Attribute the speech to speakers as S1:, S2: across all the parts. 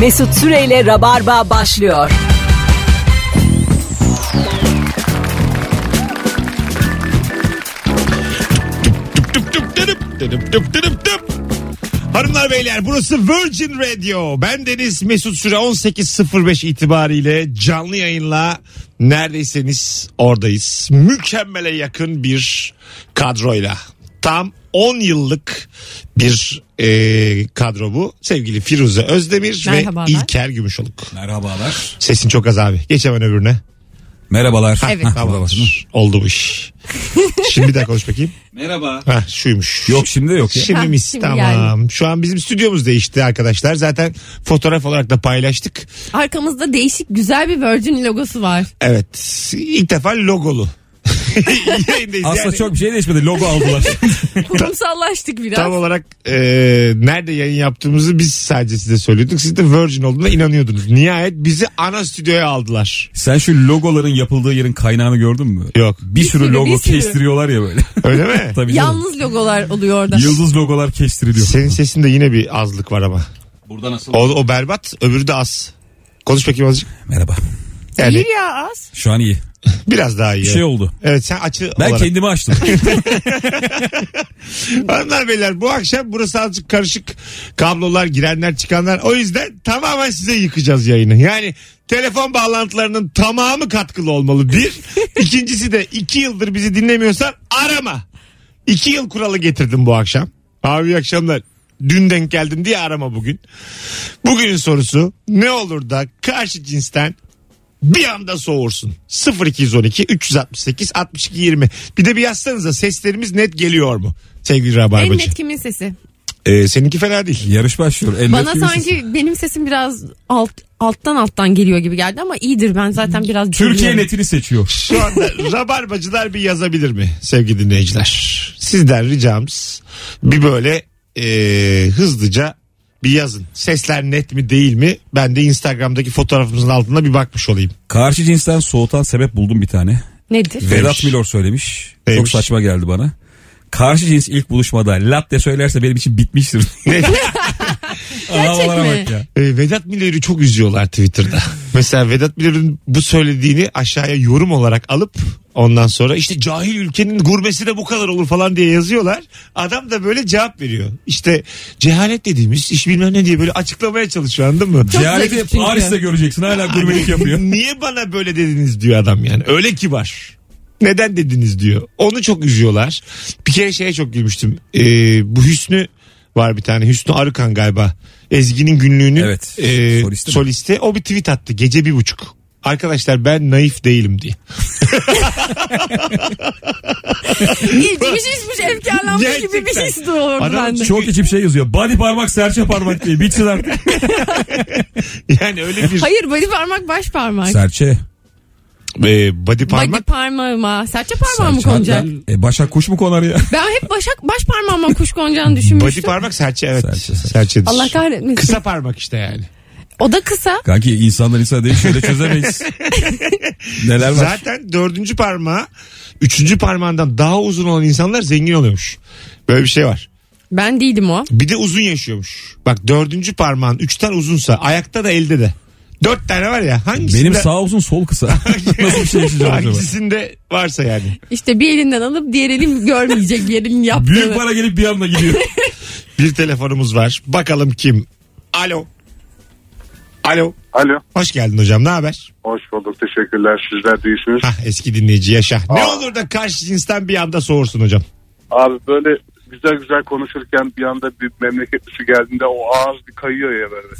S1: Mesut Süreyle Rabarba başlıyor.
S2: Tüp tüp tüp tüp tüp tüp tüp tüp. Hanımlar beyler burası Virgin Radio. Ben Deniz Mesut Süre 18.05 itibariyle canlı yayınla neredeyseniz oradayız. Mükemmele yakın bir kadroyla. Tam 10 yıllık bir e, kadro bu. Sevgili Firuze Özdemir
S3: Merhabalar.
S2: ve İlker Gümüşoluk.
S4: Merhabalar.
S2: Sesin çok az abi. Geç hemen öbürüne.
S4: Merhabalar.
S3: Evet.
S4: Hah, burada
S2: Tamam.
S4: var, değil mi?
S2: Oldu bu iş. Şimdi bir daha konuş bakayım.
S4: Merhaba.
S2: Heh, şuymuş.
S4: Yok şimdi yok ya.
S2: Şimdi
S3: Ha,
S2: mis
S3: Ah, şimdi
S2: tamam. Şu an bizim stüdyomuz değişti arkadaşlar. Zaten fotoğraf olarak da paylaştık.
S3: Arkamızda değişik güzel bir Virgin logosu var.
S2: Evet. İlk defa logolu. Yayındayız.
S4: Aslında
S2: Yani
S4: çok bir şey değişmedi. Logo aldılar.
S3: Kurumsallaştık biraz.
S2: Tam olarak e, nerede yayın yaptığımızı biz sadece size söylüyorduk. Siz de Virgin olduğuna inanıyordunuz. Nihayet bizi ana stüdyoya aldılar.
S4: Sen şu logoların yapıldığı yerin kaynağını gördün mü?
S2: Yok.
S4: Bir sürü
S3: sürü,
S4: logo
S3: bir sürü.
S4: kestiriyorlar ya böyle.
S2: Öyle mi?
S4: Tabii canım.
S3: Yalnız logolar oluyor orada.
S4: Yıldız logolar kestiriliyor.
S2: Senin sesinde yine bir azlık var ama.
S4: Burada nasıl?
S2: O, o berbat öbürü de az. Konuş bakayım azıcık.
S4: Merhaba.
S2: Yani
S3: Bir ya az.
S4: Şu an iyi.
S2: biraz daha iyi.
S4: Bir şey oldu.
S2: Evet sen açı
S4: Ben
S2: olarak.
S4: kendimi açtım.
S2: Hanımlar beyler bu akşam burası azıcık karışık. Kablolar girenler çıkanlar. O yüzden tamamen size yıkacağız yayını. Yani telefon bağlantılarının tamamı katkılı olmalı. Bir. ikincisi de iki yıldır bizi dinlemiyorsan arama. İki yıl kuralı getirdim bu akşam. Abi iyi akşamlar. Dün denk geldim diye arama bugün. Bugünün sorusu ne olur da karşı cinsten bir anda soğursun. 0212 368 62 20. Bir de bir yazsanıza seslerimiz net geliyor mu? Sevgili
S3: En
S2: Rabarbacı.
S3: net kimin sesi?
S2: Ee, seninki fena değil.
S4: Yarış başlıyor. El
S3: Bana
S4: net gibi
S3: sanki
S4: sesin.
S3: benim sesim biraz alt alttan alttan geliyor gibi geldi ama iyidir ben zaten biraz
S4: Türkiye
S3: cırlıyorum.
S4: netini seçiyor.
S2: Şu anda Rabarbacılar bir yazabilir mi sevgili dinleyiciler? Sizden ricamız bir böyle e, hızlıca bir yazın. Sesler net mi değil mi? Ben de Instagram'daki fotoğrafımızın altına bir bakmış olayım.
S4: Karşı cinsten soğutan sebep buldum bir tane.
S3: Nedir?
S2: Ve-
S4: Vedat Milor söylemiş. Çok
S2: Neymiş?
S4: saçma geldi bana. Karşı cins ilk buluşmada latte söylerse benim için bitmiştir. Gerçek
S3: mi?
S4: Bak ya.
S2: E, Vedat Milor'u çok üzüyorlar Twitter'da. Mesela Vedat Milor'un bu söylediğini aşağıya yorum olarak alıp ondan sonra işte cahil ülkenin gurmesi de bu kadar olur falan diye yazıyorlar. Adam da böyle cevap veriyor. İşte cehalet dediğimiz iş bilmem ne diye böyle açıklamaya çalışıyor anladın mı?
S3: zayıf
S4: Cehaleti
S3: çünkü.
S4: Paris'te göreceksin hala gurmelik yapıyor.
S2: Niye bana böyle dediniz diyor adam yani. Öyle ki var. Neden dediniz diyor. Onu çok üzüyorlar. Bir kere şeye çok gülmüştüm. Ee, bu Hüsnü var bir tane. Hüsnü Arıkan galiba. Ezgi'nin günlüğünün
S4: Evet.
S2: e,
S4: Solisti mi?
S2: solisti. O bir tweet attı. Gece bir buçuk. Arkadaşlar ben naif değilim diye.
S3: İlginç içmiş efkarlanmış gibi bir
S2: Gerçekten.
S3: his doğurdu
S2: Adam
S3: bende.
S4: Çok içip şey yazıyor. Body parmak serçe parmak diye. Bitsin artık.
S2: Yani öyle bir
S3: Hayır body parmak baş parmak.
S4: serçe.
S2: e, body parmak.
S3: Body parmağıma. Serçe parmağıma mı
S4: Serçe
S3: konacak?
S4: hatta- E, başa kuş mu konar ya?
S3: Ben hep başak, baş parmağıma kuş konacağını
S2: Body
S3: düşünmüştüm.
S2: parmak serçe evet.
S4: Serçe, serçe.
S2: Serçedir.
S3: Allah kahretmesin.
S2: Kısa parmak işte yani.
S3: O da kısa.
S4: Kanki insanlar insan değil şöyle çözemeyiz. Neler var?
S2: Zaten dördüncü parmağı üçüncü parmağından daha uzun olan insanlar zengin oluyormuş. Böyle bir şey var.
S3: Ben değilim o.
S2: Bir de uzun yaşıyormuş. Bak dördüncü parmağın üçten uzunsa ayakta da elde de. Dört tane var ya hangisinde,
S4: Benim sağ uzun sol kısa. Nasıl bir şey yaşayacağım acaba?
S2: hangisinde varsa yani.
S3: İşte bir elinden alıp diğer elin görmeyecek bir elin yaptığını.
S4: Büyük para gelip bir anda gidiyor.
S2: Bir telefonumuz var. Bakalım kim? Alo. Alo.
S5: Alo.
S2: Hoş geldin hocam ne haber?
S5: Hoş bulduk. Teşekkürler. Sizler de iyisiniz.
S2: Hah eski dinleyici yaşa. Ne
S5: Aa.
S2: olur da karşı cinsten bir anda soğursun hocam.
S5: Abi böyle güzel güzel konuşurken bir anda bir memleketlisi geldiğinde o ağız bir kayıyor ya böyle.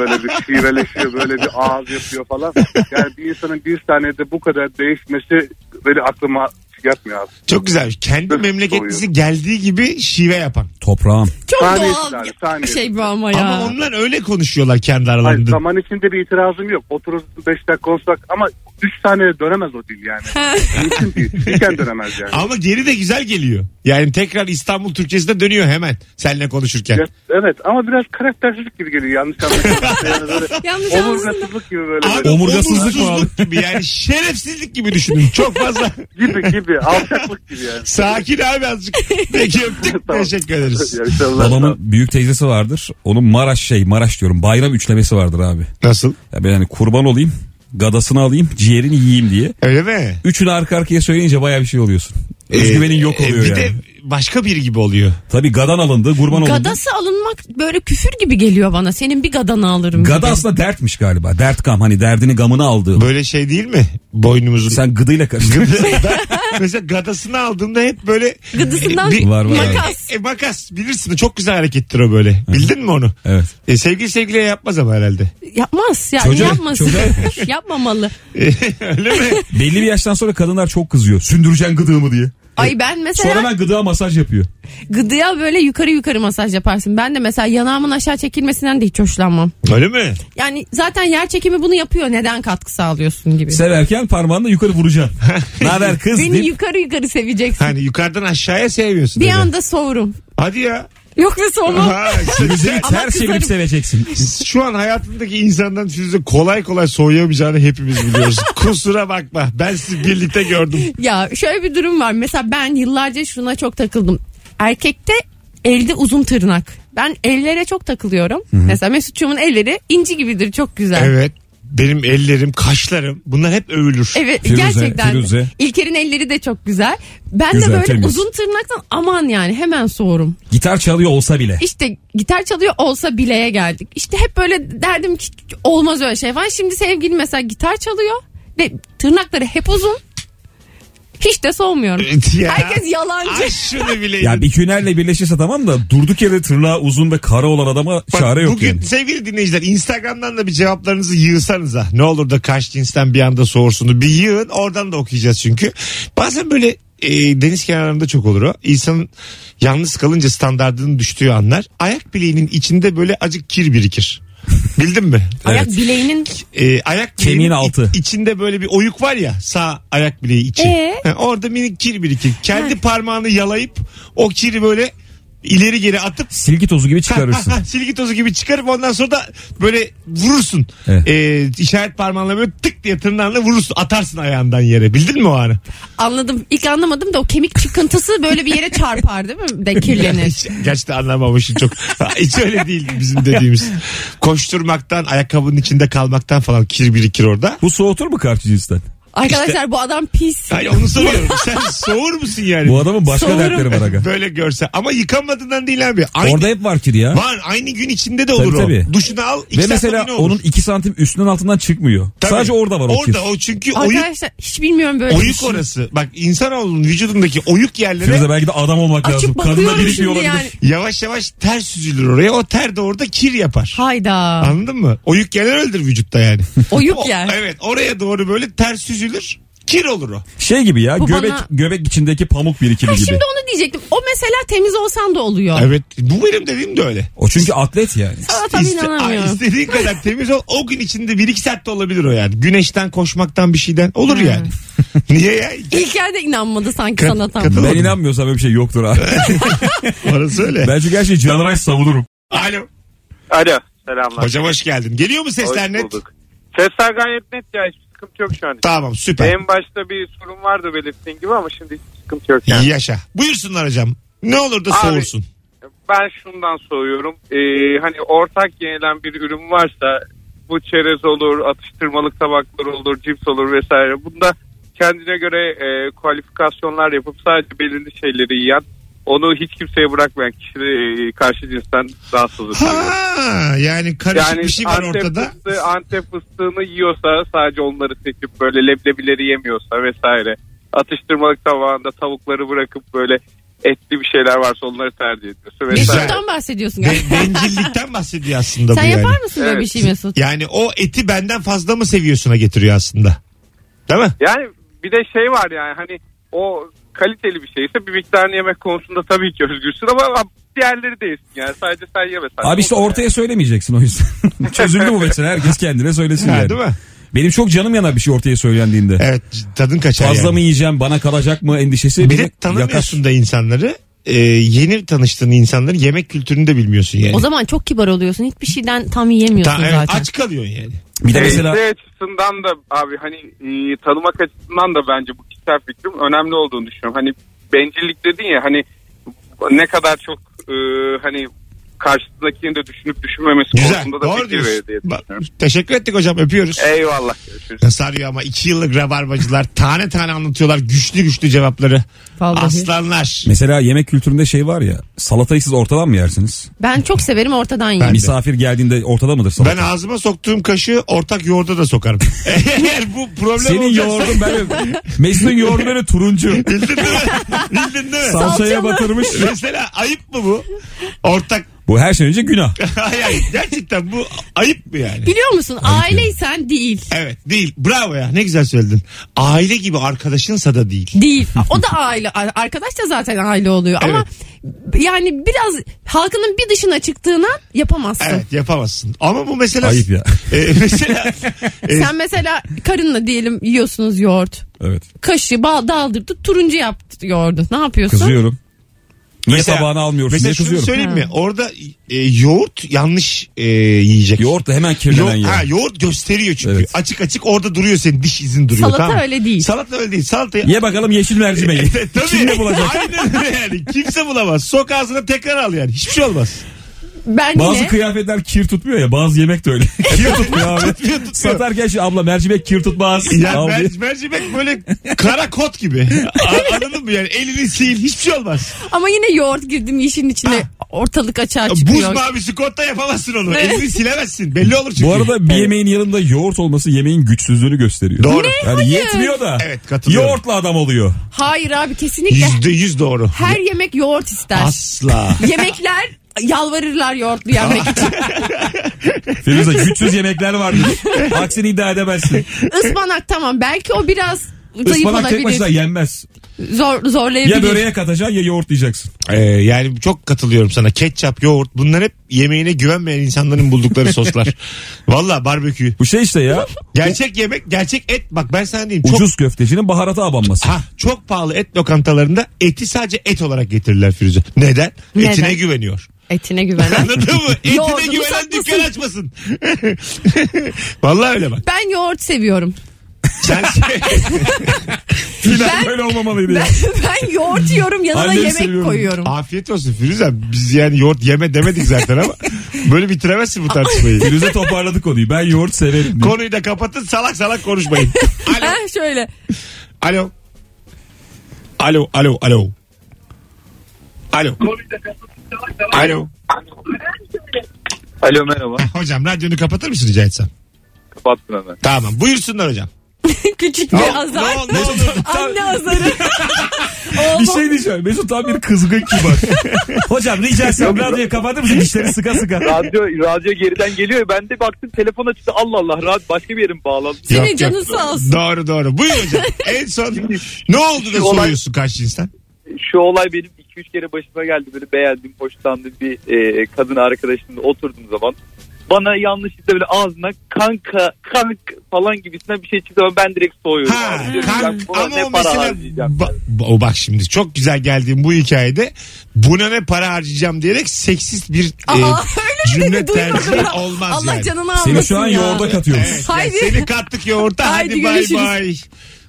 S5: böyle bir şiveleşiyor. Böyle bir ağız yapıyor falan. Yani bir insanın bir saniyede bu kadar değişmesi böyle aklıma yatmıyor abi.
S2: Çok güzelmiş. Kendi
S5: Soğuyor.
S2: memleketlisi geldiği gibi şive yapan.
S4: Toprağım.
S3: Çok
S5: Saniyesi
S3: doğal
S5: abi,
S3: bir
S5: saniyesi.
S3: şey bu ama ya.
S2: Ama onlar öyle konuşuyorlar kendi
S5: Hayır,
S2: aralarında.
S5: zaman içinde bir itirazım yok. Oturur 5 dakika konuşsak ama 3 saniyede dönemez o dil yani. Mümkün değil. Hiçken dönemez yani.
S2: Ama geri de güzel geliyor. Yani tekrar İstanbul Türkçesine dönüyor hemen seninle konuşurken.
S5: Ya, evet ama biraz karaktersizlik gibi geliyor yanlış anlaşılmasın. Yani böyle
S3: Yanlış anlasın.
S5: omurgasızlık gibi böyle.
S2: Abi,
S5: böyle.
S4: Omurgasızlık mı abi?
S2: gibi yani şerefsizlik gibi düşünün. Çok fazla
S5: gibi gibi gibi. Alçaklık gibi yani.
S2: Sakin abi azıcık. Peki öptük.
S5: Tamam.
S2: Teşekkür ederiz.
S5: İyi akşamlar.
S4: Babamın büyük teyzesi vardır. Onun Maraş şey Maraş diyorum bayram üçlemesi vardır abi.
S2: Nasıl?
S4: Ya ben hani kurban olayım gadasını alayım ciğerini yiyeyim diye.
S2: Öyle mi?
S4: Üçünü arka arkaya söyleyince baya bir şey oluyorsun. Özgüvenin
S2: Ee,
S4: yok
S2: e,
S4: oluyor
S2: Bir
S4: yani.
S2: de başka biri gibi oluyor.
S4: Tabii gadan alındı kurban oldu.
S3: Gadası alınmak böyle küfür gibi geliyor bana. Senin bir gadanı alırım.
S4: Gada
S3: gibi.
S4: aslında dertmiş galiba. Dert gam hani derdini gamını aldığı.
S2: Böyle şey değil mi? Boynumuzun.
S4: Sen gıdıyla karıştırdın.
S2: Gıda- mesela gadasını aldığımda hep böyle
S3: Gıdısından
S2: Bir-
S4: Var, var.
S3: makas.
S2: E, makas bilirsin çok güzel harekettir o böyle. Bildin mi onu?
S4: evet.
S2: E, sevgili sevgiliye yapmaz ama herhalde.
S3: Yapmaz yani
S4: Çocuğa-
S3: yapmaz.
S4: çocuğa
S3: Yapmamalı.
S2: Öyle mi?
S4: Belli bir yaştan sonra kadınlar çok kızıyor. Sündüreceksin gıdığımı diye.
S3: Ay ben mesela
S4: E, Sonra hemen gıdığa masaj yapıyor.
S3: gıdıya böyle yukarı yukarı masaj yaparsın. Ben de mesela yanağımın aşağı çekilmesinden de hiç hoşlanmam.
S2: Öyle mi?
S3: Yani zaten yer çekimi bunu yapıyor. Neden katkı sağlıyorsun gibi.
S4: Severken parmağınla yukarı vuracaksın. ne haber kız
S3: Beni
S4: deyip
S3: yukarı yukarı seveceksin.
S2: Hani yukarıdan aşağıya sevmiyorsun.
S3: bir
S2: öyle.
S3: anda soğurum.
S2: Hadi ya.
S3: Yok ne soğumam.
S2: Ha, şimdi sen-
S4: Yüzünü ters
S3: kızarım.
S4: çevirip seveceksin.
S2: şu an hayatındaki insandan sizi kolay kolay soğuyamayacağını hepimiz biliyoruz. Kusura bakma. Ben sizi birlikte gördüm.
S3: Ya şöyle bir durum var. Mesela ben yıllarca şuna çok takıldım. Erkekte elde uzun tırnak. Ben ellere çok takılıyorum. Mesela Mesut'cumun elleri inci gibidir. Çok güzel.
S2: Evet. Benim ellerim, kaşlarım bunlar hep övülür.
S3: Evet
S4: Firuze,
S3: gerçekten.
S4: Firuze.
S3: İlker'in elleri de çok güzel. Ben
S4: Güzel,
S3: de böyle
S4: temiz.
S3: uzun tırnaktan aman yani hemen soğurum.
S4: Gitar çalıyor olsa bile.
S3: İşte gitar çalıyor olsa bileye geldik. İşte hep böyle derdim ki olmaz öyle şey falan. Şimdi sevgilim mesela gitar çalıyor ve tırnakları hep uzun. Hiç de soğumuyorum.
S2: Evet ya.
S3: Herkes yalancı.
S2: Ee, Ay şunu bileydin.
S4: Ya bir künerle birleşirse tamam da durduk yere tırnağı uzun ve kara olan adama
S2: Bak,
S4: çare yok
S2: bugün
S4: yani.
S2: sevgili dinleyiciler Instagram'dan da bir cevaplarınızı yığsanız ha. Ne olur da kaç cinsten bir anda soğursunu bir yığın. Oradan da okuyacağız çünkü. Bazen böyle e, deniz kenarlarında çok olur o. İnsanın yalnız kalınca standardının düştüğü anlar. Ayak bileğinin içinde böyle acık kir birikir. Bildin mi?
S3: Ayak bileğinin
S2: E, ayak
S4: Kemiğin
S2: bileğinin
S4: altı.
S2: i- içinde böyle bir oyuk var ya sağ ayak bileği içi.
S3: Ee?
S2: Ha, orada minik kir birikir. Kendi parmağını yalayıp o kiri böyle ileri geri atıp
S4: Silgi tozu gibi çıkarırsın.
S2: Silgi tozu gibi çıkarıp ondan sonra da böyle vurursun.
S4: Evet.
S2: Ee, işaret parmağınla böyle tık diye tırnağınla vurursun. Atarsın ayağından yere. Bildin mi o anı?
S3: anladım. İlk anlamadım da o kemik çıkıntısı böyle bir yere çarpar değil mi? De kirlenir.
S2: Hiç, gerçekten anlamamışım çok. Hiç öyle değil bizim dediğimiz. Koşturmaktan, ayakkabının içinde kalmaktan falan kir birikir orada.
S4: Bu soğutur mu karşı cinsten?
S3: Arkadaşlar bu adam pis.
S2: Hayır onu soruyorum. Sen soğur musun yani?
S4: Bu adamın başka
S3: Soğurum.
S4: dertleri var aga.
S2: Böyle görse. Ama yıkanmadığından değil abi. Aynı,
S4: Orada hep var kir ya.
S2: Var aynı gün içinde de olur
S4: Tabii,
S2: o.
S4: tabii.
S2: Duşunu al. iki
S4: Ve
S2: saat sonra
S4: mesela
S2: yine olur.
S4: onun 2 santim üstünden altından çıkmıyor.
S2: Tabii.
S4: Sadece orada var o kir.
S2: Orada o çünkü oyuk
S3: Arkadaşlar hiç bilmiyorum böyle bir
S2: Oyuk
S3: şey.
S2: orası. Bak insanoğlunun vücudundaki oyuk yerlere
S4: Firuze belki de adam olmak
S3: Açıp
S4: lazım. Kadına
S3: bakıyorum şimdi
S4: birikmiyor olabilir.
S3: yani.
S2: yavaş yavaş ter süzülür oraya. O ter de orada kir yapar.
S3: Hayda.
S2: Anladın mı? Oyuk yerler öyledir vücutta yani.
S3: Oyuk
S2: O-
S3: yer.
S2: Evet oraya doğru böyle ter süzülür. Kir olur o.
S4: Şey gibi ya
S3: Bu
S4: göbek
S3: bana-
S4: göbek içindeki pamuk birikimi
S3: Ha,
S4: gibi.
S3: şimdi onu diyecektim. O mesela temiz olsan da oluyor.
S2: Evet bu benim dediğim de öyle.
S4: O çünkü atlet yani.
S3: Sana tabii
S2: İste- Ay,
S3: inanamıyorum.
S2: istediğin kadar temiz ol. O gün içinde bir iki saat de olabilir o yani. Güneşten koşmaktan bir şeyden olur yani. Niye ya?
S3: İlker de inanmadı sanki
S2: Ka-
S3: sana tam.
S2: katıl-
S4: Ben inanmıyorsam böyle bir şey yoktur abi.
S2: Orası öyle.
S4: ben çünkü her şeyi canavay savunurum.
S2: Alo.
S5: Alo selamlar.
S2: Hocam hoş geldin. Geliyor mu sesler net?
S5: Sesler gayet net ya hiçbir sıkıntı yok şu an.
S2: Tamam süper.
S5: En başta bir sorun vardı belirttiğin gibi ama şimdi hiç sıkıntı yok yani.
S2: Yaşa. Buyursunlar hocam. Ne olur da
S5: Abi,
S2: soğursun.
S5: Ben şundan soruyorum. Ee, hani ortak yenilen bir ürün varsa bu çerez olur, atıştırmalık tabaklar olur, cips olur vesaire. Bunda kendine göre e, kualifikasyonlar yapıp sadece belirli şeyleri yiyen, onu hiç kimseye bırakmayan kişi e, karşı cinsten rahatsız ediyor.
S2: Ha yani karışık bir şey var ortada.
S5: Fıstığı, Antep fıstığını yiyorsa sadece onları seçip böyle leblebileri yemiyorsa vesaire. Atıştırmalık tabağında tavukları bırakıp böyle etli bir şeyler varsa onları tercih ediyorsa vesaire.
S3: Mesut'tan bahsediyorsun
S2: Be-
S3: galiba.
S2: bencillikten bahsediyor aslında
S3: Sen
S2: bu yani.
S3: yapar mısın böyle
S5: Evet.
S3: bir şey Mesut?
S2: Yani o eti benden fazla mı seviyorsuna getiriyor aslında. Değil mi?
S5: Yani bir de şey var yani hani o kaliteli bir şeyse bir miktarını yemek konusunda tabii ki özgürsün ama diğerleri değilsin yani sadece sen yeme sadece.
S4: Abi işte ortaya söylemeyeceksin o yüzden. Çözüldü bu mesele. Herkes kendine söylesin
S2: Ha,
S4: yani.
S2: değil mi?
S4: Benim çok canım yanar bir şey ortaya söylendiğinde.
S2: Evet tadın kaçar
S4: Fazla
S2: yani.
S4: mı yiyeceğim bana kalacak mı endişesi.
S2: Bir
S4: beni
S2: de tanımıyorsun
S4: yakar.
S2: da insanları. e, yeni tanıştığın insanların yemek kültürünü de bilmiyorsun yani.
S3: O zaman çok kibar oluyorsun. Hiçbir şeyden tam yiyemiyorsun
S2: Ta- evet,
S3: zaten.
S2: aç kalıyorsun yani.
S4: Bir de
S5: Teyze
S4: mesela
S5: açısından da abi hani e, tanımak açısından da bence bu kişisel fikrim önemli olduğunu düşünüyorum. Hani bencillik dedin ya hani ne kadar çok e, hani karşısındakini de düşünüp düşünmemesi
S2: Güzel.
S5: konusunda da
S2: Doğru
S5: fikir
S2: diyorsun.
S5: verir diye
S2: Bak,
S5: düşünüyorum.
S2: teşekkür ettik hocam öpüyoruz.
S5: Eyvallah. Görüşürüz.
S2: Sarıyor ama iki yıllık rabarbacılar tane tane anlatıyorlar güçlü güçlü cevapları.
S3: Vallahi.
S2: Aslanlar.
S4: mesela yemek kültüründe şey var ya salatayı siz ortadan mı yersiniz?
S3: Ben çok severim ortadan
S2: Ben-
S3: yiyeyim.
S4: Misafir geldiğinde ortada mıdır salata?
S2: Ben ağzıma soktuğum kaşığı ortak yoğurda da sokarım. Eğer bu problem
S4: Senin
S2: olacaksa-
S4: yoğurdun ben Mesut'un yoğurdu böyle turuncu.
S2: Bildin değil mi? Bildin değil mi?
S4: Salçaya batırmış.
S2: Mesela ayıp mı bu? Ortak.
S4: Bu her şeyden önce günah.
S2: Hayır gerçekten bu ayıp mı yani?
S3: Biliyor musun aileysen değil.
S2: Evet değil. Bravo ya ne güzel söyledin. Aile gibi arkadaşınsa da değil.
S3: Değil. O da aile. Ar- Arkadaş da zaten aile oluyor. Ama yani biraz halkının bir dışına çıktığına yapamazsın.
S2: Evet yapamazsın. Ama bu mesela...
S4: Ayıp ya.
S2: E, mesela e,
S3: Sen mesela karınla diyelim yiyorsunuz yoğurt.
S4: Evet.
S3: Kaşığı bal daldırdı turuncu yaptı yoğurdu. Ne yapıyorsun?
S4: Kızıyorum. Niye
S2: Mesela-
S4: tabağını almıyorsun
S2: mesela
S4: diye
S2: şunu
S4: kızıyorum.
S2: söyleyeyim mi?
S3: Ha.
S2: Orada e, yoğurt yanlış e, yiyecek.
S4: Yoğurt da hemen kirlenen
S2: Yo-
S4: yer.
S2: ha, yoğurt gösteriyor çünkü.
S4: Evet.
S2: Açık açık orada duruyor senin diş izin duruyor.
S3: Salata
S2: tamam mı?
S3: öyle değil.
S2: Salata öyle değil. Salatayı
S4: Ye bakalım yeşil mercimeği.
S2: E, Tabii.
S4: Kim ne bulacak?
S2: Aynen öyle yani. Kimse bulamaz. Sok ağzına tekrar al yani. Hiçbir şey olmaz.
S3: Ben
S4: Bazı
S3: yine
S4: kıyafetler kir tutmuyor ya bazı yemek de öyle. kir tutmuyor abi.
S2: Tutmuyor, tutmuyor.
S4: Satarken şu abla mercimek kir tutmaz.
S2: Ya
S4: Al diye.
S2: mer- mercimek böyle kara kot gibi. A- Anladın mı yani? Elini sil. Hiçbir şey olmaz.
S3: ama yine yoğurt girdim işin içine ortalık açığa
S2: Buz
S3: çıkıyor.
S2: mavisi kotta yapamazsın onu.
S3: Evet.
S2: Elini silemezsin. Belli olur çünkü.
S4: Bu arada bir yemeğin yanında yoğurt olması yemeğin güçsüzlüğünü gösteriyor.
S2: Doğru.
S4: Yani yetmiyor da.
S2: Evet, katılıyorum.
S4: Yoğurtla adam oluyor.
S3: Hayır abi kesinlikle
S2: Yüzde yüz doğru.
S3: her yemek yoğurt ister.
S2: Asla.
S3: Yemekler yalvarırlar yoğurtlu yemek için.
S4: Firuze güçsüz yemekler vardır. Aksini iddia edemezsin.
S3: Ispanak tamam belki o biraz zayıf
S4: Ispanak tek başına
S3: olabilir.
S4: yenmez.
S3: Zor, zorlayabilir.
S4: Ya böreğe katacaksın ya yoğurt yiyeceksin.
S2: Ee, yani çok katılıyorum sana. Ketçap, yoğurt bunlar hep yemeğine güvenmeyen insanların buldukları soslar. Valla barbekü.
S4: Bu şey işte ya.
S2: Gerçek yemek, gerçek et. Bak ben sana diyeyim. Çok
S4: Ucuz köftecinin baharata abanması.
S2: Ha, çok pahalı et lokantalarında eti sadece et olarak getirirler Firuze. Neden?
S3: Neden?
S2: Etine güveniyor.
S3: Etine güvenen.
S2: Anladın mı? Etine
S3: Yoğurdunu
S2: güvenen
S3: satmasın.
S2: dükkan açmasın. Vallahi öyle bak.
S3: Ben yoğurt seviyorum.
S2: Sen şey,
S4: Final
S3: Ben-
S4: böyle olmamalıydı. ya.
S3: ben yoğurt yiyorum yanına
S4: Annemi
S3: yemek
S4: seviyorum.
S3: koyuyorum.
S2: afiyet olsun Firuze. Biz yani yoğurt yeme demedik zaten ama böyle bitiremezsin bu tartışmayı.
S4: Firuze toparladı konuyu. Ben yoğurt severim. diye.
S2: Konuyu da kapatın salak salak konuşmayın. Alo.
S3: Ha, şöyle.
S2: Alo. Alo, alo, alo. Alo. Alo.
S5: Alo merhaba.
S2: Hocam radyonu kapatır mısın rica etsem?
S5: Kapattın hemen.
S2: Tamam buyursunlar hocam.
S3: Küçük bir azar.
S2: Ne, ne olur.
S3: Anne azarı.
S4: Bir
S3: Oğlum.
S4: şey diyeceğim. Mesut tam bir kızgın kibar. Hocam rica etsem radyoyu kapatır mısın? Dişleri sıka sıka.
S6: radyo radyo geriden geliyor. ya. Ben de baktım telefon açtı. Allah Allah radyo başka bir yerim bağlandı.
S3: Senin
S2: Yok,
S3: canın
S2: yok.
S3: sağ olsun.
S2: Doğru doğru. Buyur hocam. en son ne oldu da
S6: Olay-
S2: soruyorsun kaç cinsten?
S6: Şu olay benim 2-3 kere başıma geldi. Böyle beğendim, hoşlandım bir e, kadın arkadaşımla oturduğum zaman. Bana yanlışlıkla böyle ağzına kanka, kank falan gibisinden bir şey çıktı. ama Ben direkt soğuyorum.
S2: Ha,
S6: Abi diyorum,
S2: kank-
S6: ben buna
S2: ama
S6: ne
S2: o
S6: para
S2: mesela
S6: harcayacağım?
S2: ba- o bak şimdi çok güzel geldiğim bu hikayede buna ne para harcayacağım diyerek seksist bir
S3: Aa,
S4: Ee,
S2: e,
S3: öyle mi
S2: cümle
S3: dedi? Duymadım.
S2: tercihi olmaz
S3: Allah
S2: yani.
S3: canını almasın
S4: Seni şu an
S3: ya.
S4: yoğurda katıyoruz.
S2: Evet, yani
S3: Haydi.
S2: seni kattık yoğurta hadi,
S3: Haydi
S2: bay
S3: görüşürüz.
S2: bay.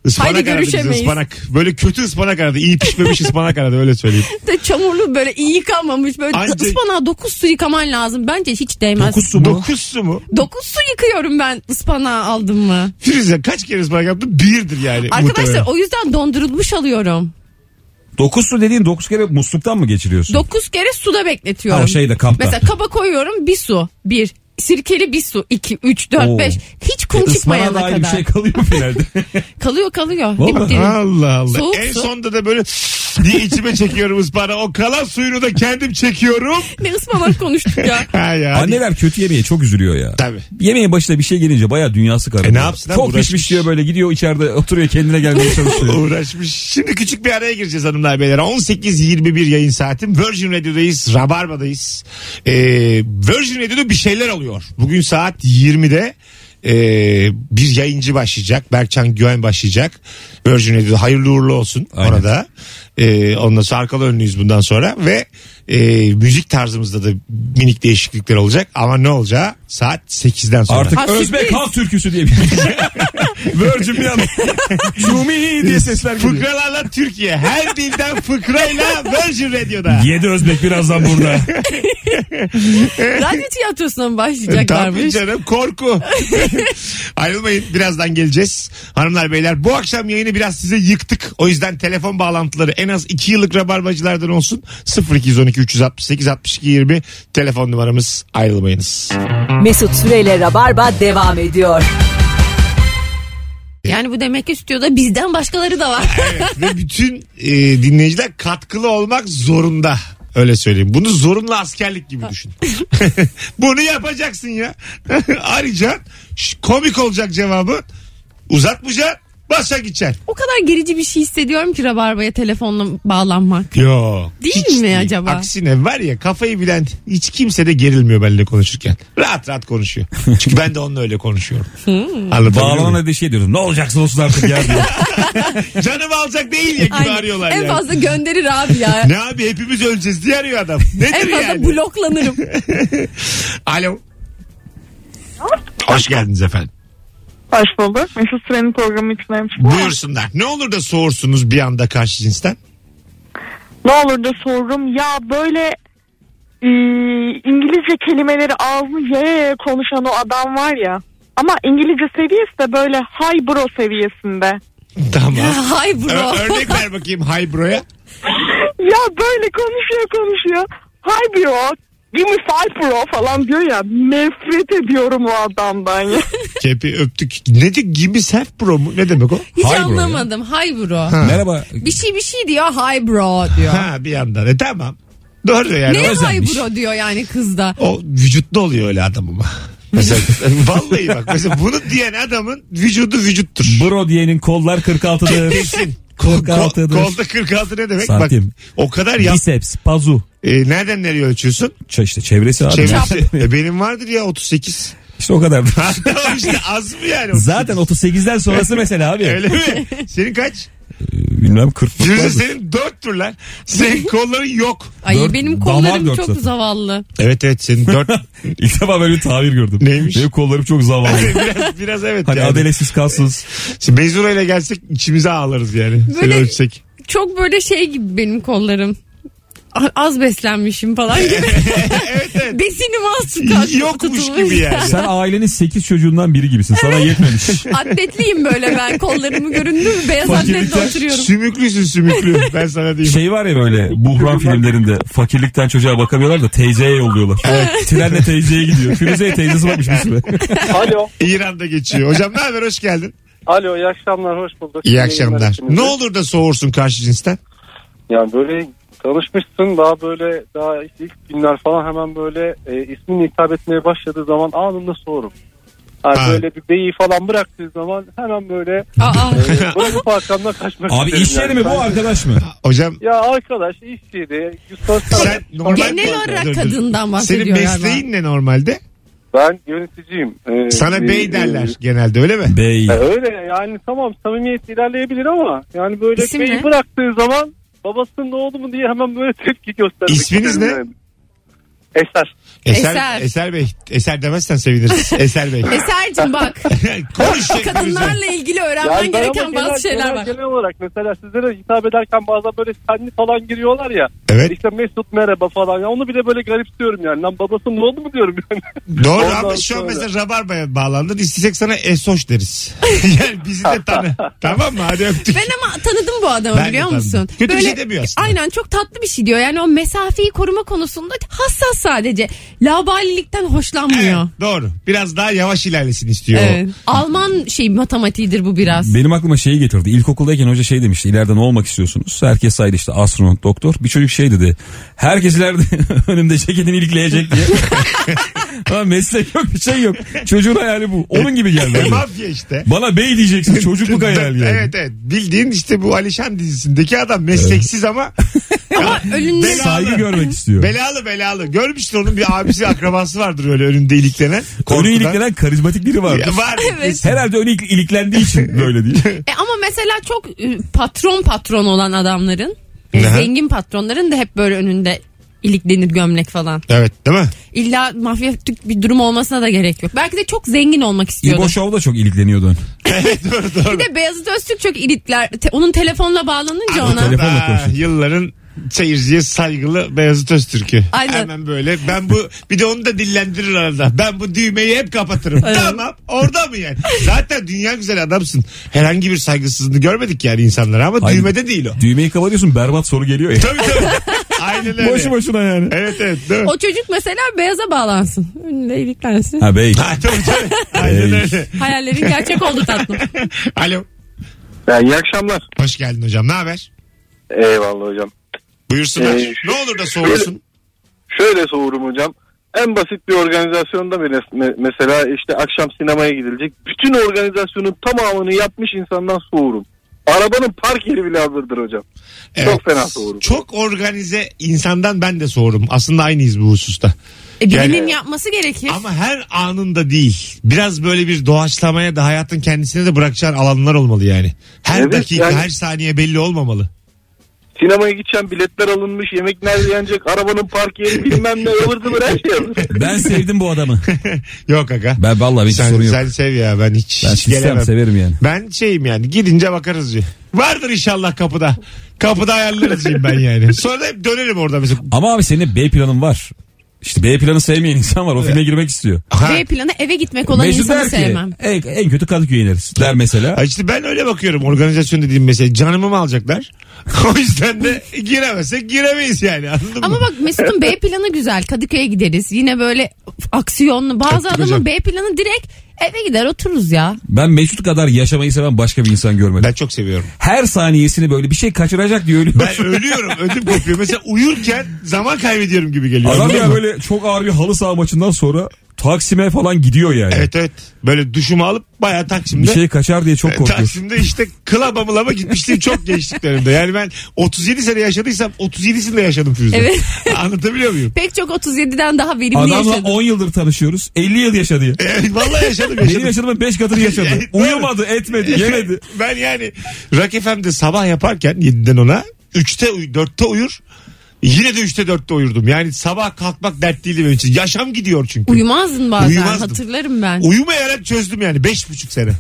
S2: Ispanak
S3: Haydi
S2: aradı bize,
S3: görüşemeyiz.
S2: ıspanak. Böyle kötü ıspanak aradı. İyi pişmemiş ıspanak aradı öyle söyleyeyim.
S3: de çamurlu böyle iyi yıkanmamış böyle
S2: Anca-
S3: ıspanağa dokuz su yıkaman lazım. Bence hiç değmez. Dokuz,
S4: Dokuz su mu?
S2: Dokuz su mu?
S3: su yıkıyorum ben ıspanağı aldım mı?
S2: Firuze kaç kere ıspanak yaptın? Birdir yani.
S3: Arkadaşlar
S2: muhtemelen.
S3: o yüzden dondurulmuş alıyorum.
S4: Dokuz su dediğin dokuz kere musluktan mı geçiriyorsun?
S3: Dokuz kere suda bekletiyorum.
S4: Ha, o şeyde, kapta.
S3: Mesela kaba koyuyorum bir su bir. Sirkeli bir su 2, 3, 4,
S4: Oo.
S3: 5. Hiç kum
S4: Ismana
S3: çıkmayana
S4: dair
S3: kadar.
S4: E, bir şey kalıyor mu finalde?
S3: Kalıyor kalıyor.
S4: Vallahi.
S3: Dip derin.
S2: Allah Allah.
S3: Soğuk
S2: en
S3: su.
S2: sonda da böyle diye içime çekiyorum ıspanağı. O kalan suyunu da kendim çekiyorum.
S3: Ne ıspanak konuştuk ya.
S2: Ha ya.
S4: Anneler kötü yemeğe çok üzülüyor ya.
S2: Tabii.
S4: Yemeğin başına bir şey gelince bayağı dünyası kararıyor.
S2: E ne yapsın lan,
S4: Çok
S2: uğraşmış.
S4: pişmiş diyor böyle gidiyor içeride oturuyor kendine gelmeye çalışıyor.
S2: uğraşmış. Şimdi küçük bir araya gireceğiz hanımlar beyler. 18.21 yayın saatim. Virgin Radio'dayız. Rabarba'dayız. Ee, Virgin Radio'da bir şeyler oluyor. Bugün saat 20'de. e, bir yayıncı başlayacak. Berkcan Güven başlayacak. Virgin Radio'da hayırlı uğurlu olsun
S4: Aynen.
S2: ona da. E, onunla arkalı önlüyüz bundan sonra ve e, müzik tarzımızda da minik değişiklikler olacak ama ne olacağı saat 8'den sonra.
S4: Artık
S3: Ha,
S4: Özbek
S3: sürpriz.
S4: halk türküsü diye bir Virgin bir an. Çumi diye sesler geliyor.
S2: Fıkralarla Türkiye. Her dilden fıkrayla Virgin Radio'da.
S4: Yedi Özbek birazdan burada.
S3: Radyo tiyatrosuna mı
S2: E, Tabii
S3: başlayacaklarmış?
S2: canım korku. Ayrılmayın birazdan geleceğiz. Hanımlar beyler bu akşam yayını biraz size yıktık. O yüzden telefon bağlantıları en az 2 yıllık rabarbacılardan olsun. 0212 368 62 20 telefon numaramız ayrılmayınız.
S1: Mesut Süreyle Rabarba devam ediyor.
S3: Yani bu demek ki stüdyoda bizden başkaları da var.
S2: Evet, ve bütün e, dinleyiciler katkılı olmak zorunda. Öyle söyleyeyim. Bunu zorunlu askerlik gibi düşün. Bunu yapacaksın ya. Ayrıca ş- komik olacak cevabı uzatmayacaksın basa gideceksin.
S3: o kadar gerici bir şey hissediyorum ki Rabarba'ya telefonla bağlanmak.
S2: Yok.
S3: Değil
S2: hiç
S3: mi acaba?
S2: Aksine var ya kafayı bilen hiç kimse de gerilmiyor benimle konuşurken. Rahat rahat konuşuyor. Çünkü ben de onunla öyle konuşuyorum.
S3: Hmm.
S2: Anlatabiliyor muyum?
S4: Bağlanan da şey diyoruz. Ne olacaksa olsun artık ya. diyor.
S2: Canım alacak değil ya gibi
S3: Aynen.
S2: arıyorlar
S3: en
S2: yani.
S3: fazla gönderir abi ya.
S2: Ne abi hepimiz öleceğiz diye arıyor adam.
S3: en
S2: Nedir
S3: fazla
S2: yani?
S3: bloklanırım.
S2: Alo. Hoş geldiniz efendim.
S7: Hoş bulduk. Mesut Süren'in programı için hem çıktı.
S2: Buyursunlar. Ne olur da soğursunuz bir anda karşı cinsten.
S7: Ne olur da sorum ya böyle e, İngilizce kelimeleri ağzını yaya yaya konuşan o adam var ya. Ama İngilizce seviyesi de böyle high bro seviyesinde.
S2: Tamam.
S3: Hay bro.
S2: Ö- örnek ver bakayım Haybro'ya.
S7: Ya böyle konuşuyor konuşuyor. High bro, give me five bro falan diyor ya. Nefret ediyorum o adamdan ya.
S2: Kepi öptük. Nedir gibi self bro mu? Ne demek o?
S3: Hiç
S4: Hi bro
S3: anlamadım. Hay bro.
S4: Merhaba.
S3: Bir şey bir şey diyor hi bro diyor.
S2: Ha bir yandan. E tamam. Doğru yani.
S3: ne
S2: O-
S3: hi
S4: özenmiş.
S3: bro diyor yani kızda.
S2: O vücutlu oluyor öyle adam ama. Mesela vallahi bak mesela bunu diyen adamın vücudu vücuttur.
S4: Bro diyenin kollar 46'dır.
S2: Kesin. Kol, kol,
S4: 46'dır.
S2: kolda 46 ne demek?
S4: Santim.
S2: Bak o kadar yap.
S4: Biceps, pazu.
S2: E, nereden nereye ölçüyorsun?
S4: Ç- işte çevresi abi.
S2: Çevresi. E, benim vardır ya 38.
S4: İşte o kadar.
S2: tamam işte az mı yani?
S4: Zaten 38'den sonrası mesela abi.
S2: Öyle mi? Senin kaç?
S4: Bilmem 40
S2: Firuze senin dörttür lan. Senin kolların yok.
S3: Ay
S4: Dört-
S3: benim
S4: damar
S3: kollarım
S4: dört
S3: çok
S4: zaten.
S3: zavallı.
S2: Evet evet senin dört.
S4: İlk defa böyle bir tabir gördüm.
S2: Neymiş?
S4: Benim kollarım çok zavallı.
S2: biraz, biraz evet.
S4: Hani
S2: yani.
S4: adelesiz kalsız.
S2: Şimdi Mezura ile gelsek içimize ağlarız yani. Seni
S3: Böyle-
S2: ölçsek.
S3: Çok böyle şey gibi benim kollarım. A- Az beslenmişim falan gibi.
S2: Evet evet.
S3: Besinim az tutar.
S2: Yokmuş
S3: tutulmuş.
S2: gibi yani.
S4: Sen ailenin 8 çocuğundan biri gibisin. Sana yetmemiş.
S3: Atletliyim böyle ben. Kollarımı göründü mü? Beyaz atletle
S4: Fakirlikten
S3: oturuyorum.
S2: Sümüklüsün sümüklü. Ben sana diyeyim.
S4: Şey var ya böyle buhran filmlerinde fakirlikten çocuğa bakamıyorlar da teyzeye yolluyorlar. Trenle teyzeye gidiyor. Firuze'ye teyzesi bakmış bir süre.
S5: Alo.
S2: İran'da geçiyor. Hocam ne haber hoş geldin.
S5: Alo iyi akşamlar hoş bulduk.
S2: İyi akşamlar. Ne olur da soğursun karşı cinsten.
S5: Yani böyle tanışmışsın daha böyle daha işte ilk günler falan hemen böyle e, ismini hitap etmeye başladığı zaman anında sorum. Yani
S2: Ha.
S5: böyle bir beyi falan bıraktığı zaman hemen böyle
S3: Aa,
S5: e, bırakıp arkamdan kaçmak
S4: Abi
S5: isterim
S4: iş yeri
S5: yani.
S4: mi bu
S5: Ben-
S4: arkadaş mı?
S2: Hocam
S5: Ya arkadaş iş yeri. Yusuf
S2: sen normal...
S3: Genel olarak
S2: Dur, dur.
S3: kadından bahsediyor
S2: Senin mesleğin
S3: galiba.
S2: ne normalde?
S5: Ben yöneticiyim. Ee,
S2: Sana
S5: bir-
S2: bey derler genelde öyle mi?
S4: Bey.
S5: E, öyle yani tamam samimiyet ilerleyebilir ama yani böyle
S3: İsim
S5: beyi
S3: ne?
S5: bıraktığı zaman babasının ne oldu mu diye hemen böyle tepki göstermek
S2: İsminiz
S5: isterim
S2: ne?
S5: yani. Eser.
S2: Eser,
S3: Eser.
S2: Eser Bey. Eser demezsen seviniriz. Eser Bey.
S3: Eser'cim bak.
S2: Konuş Kadınlar...
S3: Kadınlarla ilgili
S5: Yani
S3: öğrenmen
S5: ben ama
S3: gereken
S5: genel-
S3: bazı şeyler
S5: genel-
S3: var.
S5: Genel olarak mesela sizlere hitap ederken bazen böyle senli falan giriyorlar ya.
S2: Evet
S5: İşte Mesut merhaba falan. Ya onu bile böyle garipsiyorum yani. Lan babasının ne oldu mu diyorum yani.
S2: doğru
S5: Ondan
S2: ama şu an
S5: sonra.
S2: mesela Rabarba'ya bağlandın. İstesek sana Esoş deriz. yani bizi de tanı. tamam mı? Hadi öptük.
S3: Ben ama tanıdım bu adamı
S2: Ben de
S3: biliyor
S2: tanıdım.
S3: musun?
S2: Kötü bir şey demiyor aslında.
S3: Aynen çok tatlı bir şey diyor. Yani o mesafeyi koruma konusunda hassas sadece. Labalilikten
S2: Evet,
S3: hoşlanmıyor.
S2: doğru. Biraz daha yavaş ilerlesin istiyor. o.
S3: Evet. Alman şey matematiğidir bu biraz.
S4: Benim aklıma şeyi getirdi. İlkokuldayken hoca şey demişti. İleride ne olmak istiyorsunuz? Herkes saydı işte astronot, doktor. Bir çocuk şey dedi. Herkes ileride önümde ceketini ilikleyecek diye. Lan meslek yok bir şey yok. Çocuğun hayali bu. Onun gibi geldi. Hani
S2: E, mafya işte.
S4: Bana bey diyeceksin çocukluk hayali yani.
S2: Evet evet. Bildiğin işte bu Alişan dizisindeki adam mesleksiz ama
S3: Ama ölünün
S2: Bela-
S4: Saygı görmek istiyor.
S2: Belalı belalı. Görmüştür onun bir abisi akrabası vardır öyle önünde iliklenen.
S4: Önü
S2: Korkudan.
S4: iliklenen karizmatik biri vardır.
S2: Ya Var.
S3: Evet.
S4: Herhalde önü ilik- iliklendiği için böyle değil.
S3: E ama mesela çok e, patron patron olan adamların, e,
S2: Ne?
S3: zengin patronların da hep böyle önünde iliklenir gömlek falan.
S2: Evet değil mi?
S3: İlla mafya tük bir durum olmasına da gerek yok. Belki de çok zengin olmak istiyordu.
S4: İbo Show da çok ilikleniyordu. ön.
S3: Bir de Beyazıt Öztürk çok ilikler. te- onun telefonla bağlanınca
S4: Abi,
S3: ona.
S4: telefon- Telefonla
S2: Aa,
S4: konuşuyor.
S2: Yılların seyirciye saygılı Beyazıt Öztürk'ü.
S3: Aynen.
S2: Hemen böyle. Ben bu bir de onu da dillendirir arada. Ben bu düğmeyi hep kapatırım. tamam. Orada mı yani? Zaten dünya güzel adamsın. Herhangi bir saygısızlığını görmedik yani insanlara ama
S4: Hayır.
S2: düğmede değil o.
S4: Düğmeyi kapatıyorsun berbat soru geliyor ya.
S2: tabii tabii. Aynen öyle.
S4: Boşu boşuna yani.
S2: Evet evet. Değil mi?
S3: O çocuk mesela beyaza bağlansın. Önünde iliklensin.
S4: Ha bey.
S2: Ha, tabii tabii. Aynen
S4: Ey.
S2: öyle.
S3: Hayallerin gerçek oldu tatlım.
S2: Alo.
S5: iyi akşamlar.
S2: Hoş geldin hocam. Ne haber?
S5: Eyvallah hocam.
S2: Buyursunlar.
S5: Ee,
S2: ne olur da soğusun.
S5: Şöyle sorurum hocam. En basit bir organizasyonda bile me- mesela işte akşam sinemaya gidilecek. Bütün organizasyonun tamamını yapmış insandan soğurum. Arabanın park yeri bile hazırdır hocam.
S2: Evet.
S5: Çok fena soğurum.
S2: Çok organize insandan ben de soğurum. Aslında aynıyız bu hususta.
S3: E, birinin
S2: Yani-
S3: yapması gerekir.
S2: Ama her anında değil. Biraz böyle bir doğaçlamaya da hayatın kendisine de bırakacağın alanlar olmalı yani. Her
S5: Evet,
S2: dakika,
S5: yani-
S2: her saniye belli olmamalı.
S5: Sinemaya gideceğim biletler alınmış, yemek nerede yenecek, arabanın park yeri bilmem ne ıvır zıvır her şey hazır.
S4: Ben sevdim bu adamı.
S2: Yok aga.
S4: Ben vallahi hiç
S2: sen,
S4: sorun yok.
S2: sen sev ya ben hiç,
S4: ben
S2: hiç
S4: sistem
S2: gelemem.
S4: severim yani.
S2: Ben şeyim yani gidince bakarız diyor. Vardır inşallah kapıda. Kapıda ayarlarız diyeyim ben yani. Sonra da hep dönerim orada mesela.
S4: Ama abi senin de B planın var. İşte B planı sevmeyen insan var. O filme girmek istiyor.
S2: Ha.
S3: B planı eve gitmek olan
S4: Mesut
S3: insanı
S4: der ki
S3: sevmem.
S4: en, en kötü Kadıköy'e ineriz der mesela.
S2: Ha İşte ben öyle bakıyorum organizasyon dediğim mesela canımı mı alacaklar? o yüzden de giremezsek giremeyiz yani anladın mı?
S3: Ama bak Mesut'un B planı güzel. Kadıköy'e gideriz. Yine böyle aksiyonlu. Bazı
S2: Öptük
S3: adamın
S2: hocam.
S3: B planı direkt eve gider otururuz ya.
S4: Ben Mesut kadar yaşamayı seven başka bir insan görmedim.
S2: Ben çok seviyorum.
S4: Her saniyesini böyle bir şey kaçıracak diye ölüyor.
S2: Ben ölüyorum ödüm kopuyor. Mesela uyurken zaman kaybediyorum gibi geliyor.
S4: Adam
S2: Anladın
S4: ya
S2: mı?
S4: böyle çok ağır bir halı saha maçından sonra Taksim'e falan gidiyor yani.
S2: Evet evet. Böyle duşumu alıp bayağı Taksim'de. E,
S4: Bir şey kaçar diye çok korkuyor.
S2: Taksim'de işte klaba mılaba gitmiştim çok gençliklerimde. Yani ben 37 sene yaşadıysam 37'sinde yaşadım Firuze.
S3: Evet.
S2: Anlatabiliyor muyum?
S3: Pek çok 37'den daha verimli
S4: Adamla
S3: yaşadım.
S4: 10 yıldır tanışıyoruz. 50 yıl yaşadı. ya.
S2: Evet, vallahi yaşadım
S4: Benim
S2: yaşadım.
S4: yaşadığımın 5 katını yaşadı.
S2: Evet, E, doğru. E,
S4: Uyumadı, etmedi, yemedi.
S2: ben yani Rock FM'de sabah yaparken 7'den ona 3'te uy 4'te uyur. Yine de 3'te 4'te uyurdum. Yani sabah kalkmak dert değildi benim için. Yaşam gidiyor çünkü.
S3: Uyumazdın bazen
S2: Uyumazdım.
S3: hatırlarım ben.
S2: Uyumayarak çözdüm yani 5,5 sene.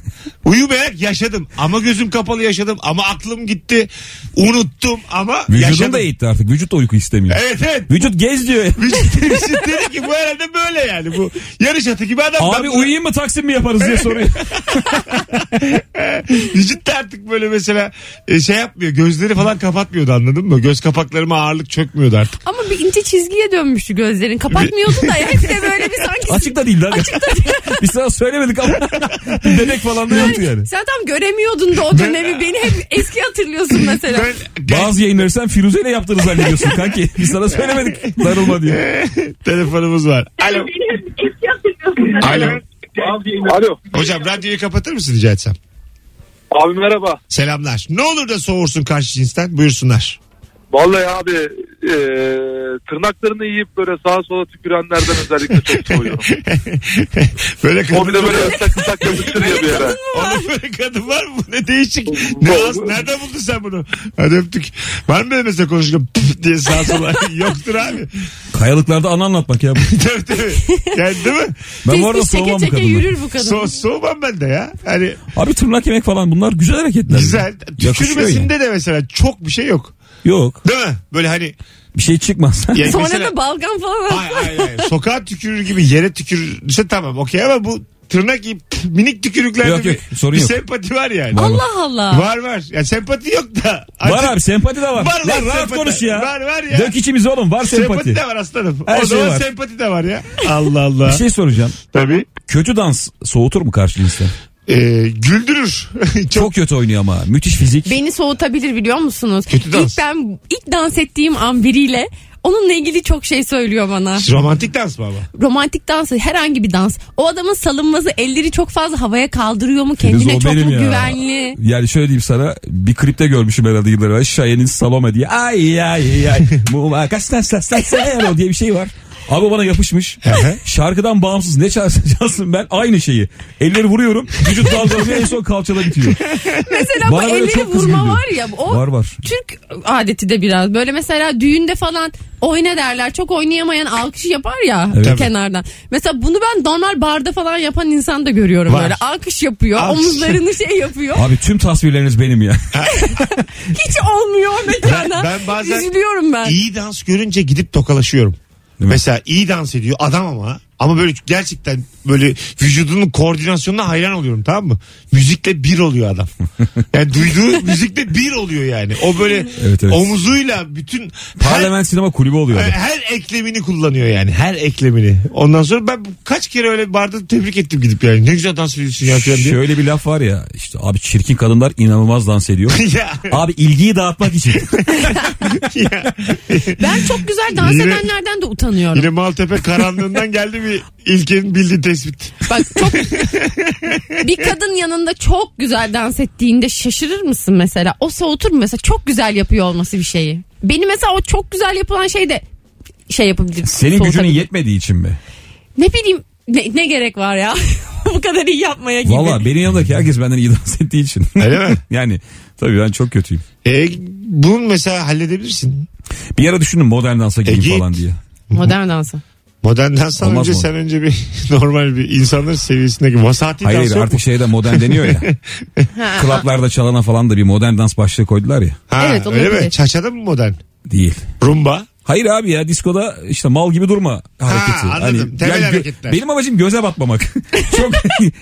S2: Uyumayarak yaşadım ama gözüm kapalı yaşadım ama aklım gitti. Unuttum ama
S4: Vücudun
S2: yaşadım.
S4: da eğitti artık. Vücut da uyku istemiyor.
S2: Evet evet.
S4: Vücut gez diyor.
S2: Vücut temsilcisi dedi ki bu herhalde böyle yani bu yarış atı gibi adam.
S4: Abi
S2: Ben-
S4: uyuyayım mı Taksim mi yaparız diye soruyor.
S2: Vücut da artık böyle mesela e, şey yapmıyor gözleri falan kapatmıyordu anladın mı? Göz kapaklarıma ağırlık çökmüyordu artık.
S3: Ama bir ince çizgiye dönmüştü gözlerin. Kapatmıyordu da ya. Hep de böyle bir sanki.
S4: Açık da değil lan. Biz sana söylemedik ama denek falan da yoktu yani.
S3: Sen tam göremiyordun da o dönemi. Beni hep eski hatırlıyorsun mesela.
S2: Ben
S4: Bazı yayınları sen Firuze ile yaptığını zannediyorsun kanki. Biz sana söylemedik darılma diye.
S2: telefonumuz var. Alo. Alo.
S5: Alo.
S2: Hocam radyoyu kapatır mısın rica etsem?
S5: Abi merhaba.
S2: Selamlar. Ne olur da soğursun karşı cinsten buyursunlar.
S5: Vallahi abi e, tırnaklarını yiyip böyle sağa sola tükürenlerden özellikle çok soğuyorum.
S2: böyle
S5: O
S2: kadın,
S5: bir de böyle ıslak ıslak yapıştırıyor bir yere.
S2: Onun böyle kadın var mı? Bu Ne değişik. Ne az, nereden buldun sen bunu? Hadi öptük. Var mı böyle mesela konuşurken püf diye sağa sola? Yoktur abi.
S4: Kayalıklarda anı anlatmak ya. bu.
S2: tabii tabii. Yani değil mi?
S4: Ben
S3: Tespih
S4: bu arada
S3: çeke
S4: soğumam bu
S3: çeke
S4: kadına.
S3: yürür bu kadın.
S2: So soğumam ben de ya. Hani
S4: Abi tırnak yemek falan bunlar güzel hareketler.
S2: güzel.
S4: Yakışıyor
S2: Tükürmesinde
S4: yani.
S2: de mesela çok bir şey yok.
S4: Yok
S2: Değil mi? Böyle hani.
S4: bir şey çıkmaz.
S2: yani
S3: Sonra
S2: mesela-
S3: da balgam falan.
S2: Hayır hayır hayır. Sokağa tükürür gibi yere tükürürse tamam okey ama bu tırnak gibi pf, minik tükürüklerde
S4: Yok,
S2: bir,
S4: yok, sorun
S2: bir
S4: yok.
S2: sempati var yani.
S4: Var.
S3: Allah Allah.
S2: Var var. Ya sempati yok da.
S4: var
S2: Artık-
S4: abi sempati de var.
S2: Var
S4: Lan
S2: lan
S4: rahat
S2: sempati.
S4: konuş ya.
S2: Var, var ya.
S4: Dök içimize oğlum var
S2: Sempati.
S4: sempati.
S2: de şey var aslanım.
S4: Her
S2: o
S4: şey
S2: zaman
S4: var.
S2: sempati de var ya. Allah Allah.
S4: Bir şey soracağım.
S2: Tabii.
S4: Kötü dans soğutur mu karşı cinsten?
S2: Ee, güldürür. Çok,
S4: Çok kötü oynuyor ama. Müthiş fizik.
S3: Beni soğutabilir biliyor musunuz?
S2: Kötü dans.
S3: İlk ben ilk dans ettiğim an biriyle Onunla ilgili çok şey söylüyor bana.
S2: Romantik dans mı ama?
S3: romantik dansı herhangi bir dans. O adamın salınması elleri çok fazla havaya kaldırıyor mu?
S4: Filiz,
S3: Kendine
S4: o
S3: çok
S4: benim
S3: mu
S4: ya.
S3: güvenli?
S4: Yani şöyle diyeyim sana bir klipte görmüşüm herhalde yıllar evvel. Şahin'in Salome diye ay ay ay muma kasten o diye bir şey var. Abi bana yapışmış.
S2: hı.
S4: Şarkıdan bağımsız ne çalsın çalsın ben aynı şeyi. Elleri vuruyorum. Vücut dalgalanıyor en son kalçada bitiyor.
S3: Mesela bu
S4: Bana böyle
S3: elleri
S4: çok kızgın
S3: vurma
S4: diyor.
S3: var ya. O
S4: Var var.
S3: Türk adeti de biraz. Böyle mesela düğünde falan oyna derler. Çok oynayamayan alkışı yapar ya
S4: Evet.
S3: kenardan. Mesela bunu ben normal barda falan yapan insan da görüyorum.
S2: Var.
S3: Böyle alkış yapıyor.
S2: Alkış.
S3: Omuzlarını şey yapıyor.
S4: Abi tüm tasvirleriniz benim ya.
S3: Hiç olmuyor o
S2: Ben-
S3: mekana.
S2: ben bazen
S3: Üzülüyorum ben.
S2: İyi dans görünce gidip tokalaşıyorum.
S4: mi?
S2: Mesela iyi dans ediyor adam ama ama böyle gerçekten böyle vücudunun koordinasyonuna hayran oluyorum tamam mı? Müzikle bir oluyor adam. Yani duyduğu müzikle bir oluyor yani. O böyle
S4: Evet, evet.
S2: omuzuyla bütün her,
S4: Parlament sinema kulübü oluyor. adam.
S2: her eklemini kullanıyor yani. Her eklemini. Ondan sonra ben kaç kere öyle barda tebrik ettim gidip yani. Ne güzel dans ediyorsun ya falan diye.
S4: Şöyle bir laf var ya işte abi çirkin kadınlar inanılmaz dans ediyor.
S2: ya,
S4: abi ilgiyi dağıtmak için.
S2: ya.
S3: Ben çok güzel dans
S2: Yine-
S3: edenlerden de utanıyorum.
S2: Yine Maltepe karanlığından geldi mi İlker'in bildiği tespit.
S3: Bak çok bir kadın yanında çok güzel dans ettiğinde şaşırır mısın mesela? O soğutur mu mesela? Çok güzel yapıyor olması bir şeyi. Beni mesela o çok güzel yapılan şey de şey yapabilir.
S4: Senin gücünün
S3: soğutabilir.
S4: yetmediği için mi?
S3: Ne bileyim ne, ne gerek var ya? Bu kadar iyi yapmaya gibi.
S4: Valla benim yanımdaki herkes benden iyi dans ettiği için.
S2: Öyle mi?
S4: yani tabii ben çok kötüyüm.
S2: E, bunu mesela halledebilirsin.
S4: Bir ara düşündüm modern dansa
S2: E, git.
S4: gireyim falan diye.
S3: Modern dansı.
S2: Modern danstan
S4: Olmaz
S2: önce
S4: mı?
S2: sen önce bir normal bir insanların seviyesindeki vasati
S4: Hayır
S2: dans
S4: hayır
S2: yok
S4: artık
S2: mu?
S4: şeyde modern deniyor ya. Klaplarda çalana falan da bir modern dans başlığı koydular ya.
S2: Ha,
S3: Evet,
S2: öyle mi?
S3: olabilir.
S2: Çaçada mı modern?
S4: Değil.
S2: Rumba.
S4: Hayır abi ya diskoda işte mal gibi durma hareketi. Hani
S2: anladım. Temel
S4: yani gö-
S2: hareketler.
S4: Benim amacım göze batmamak. Çok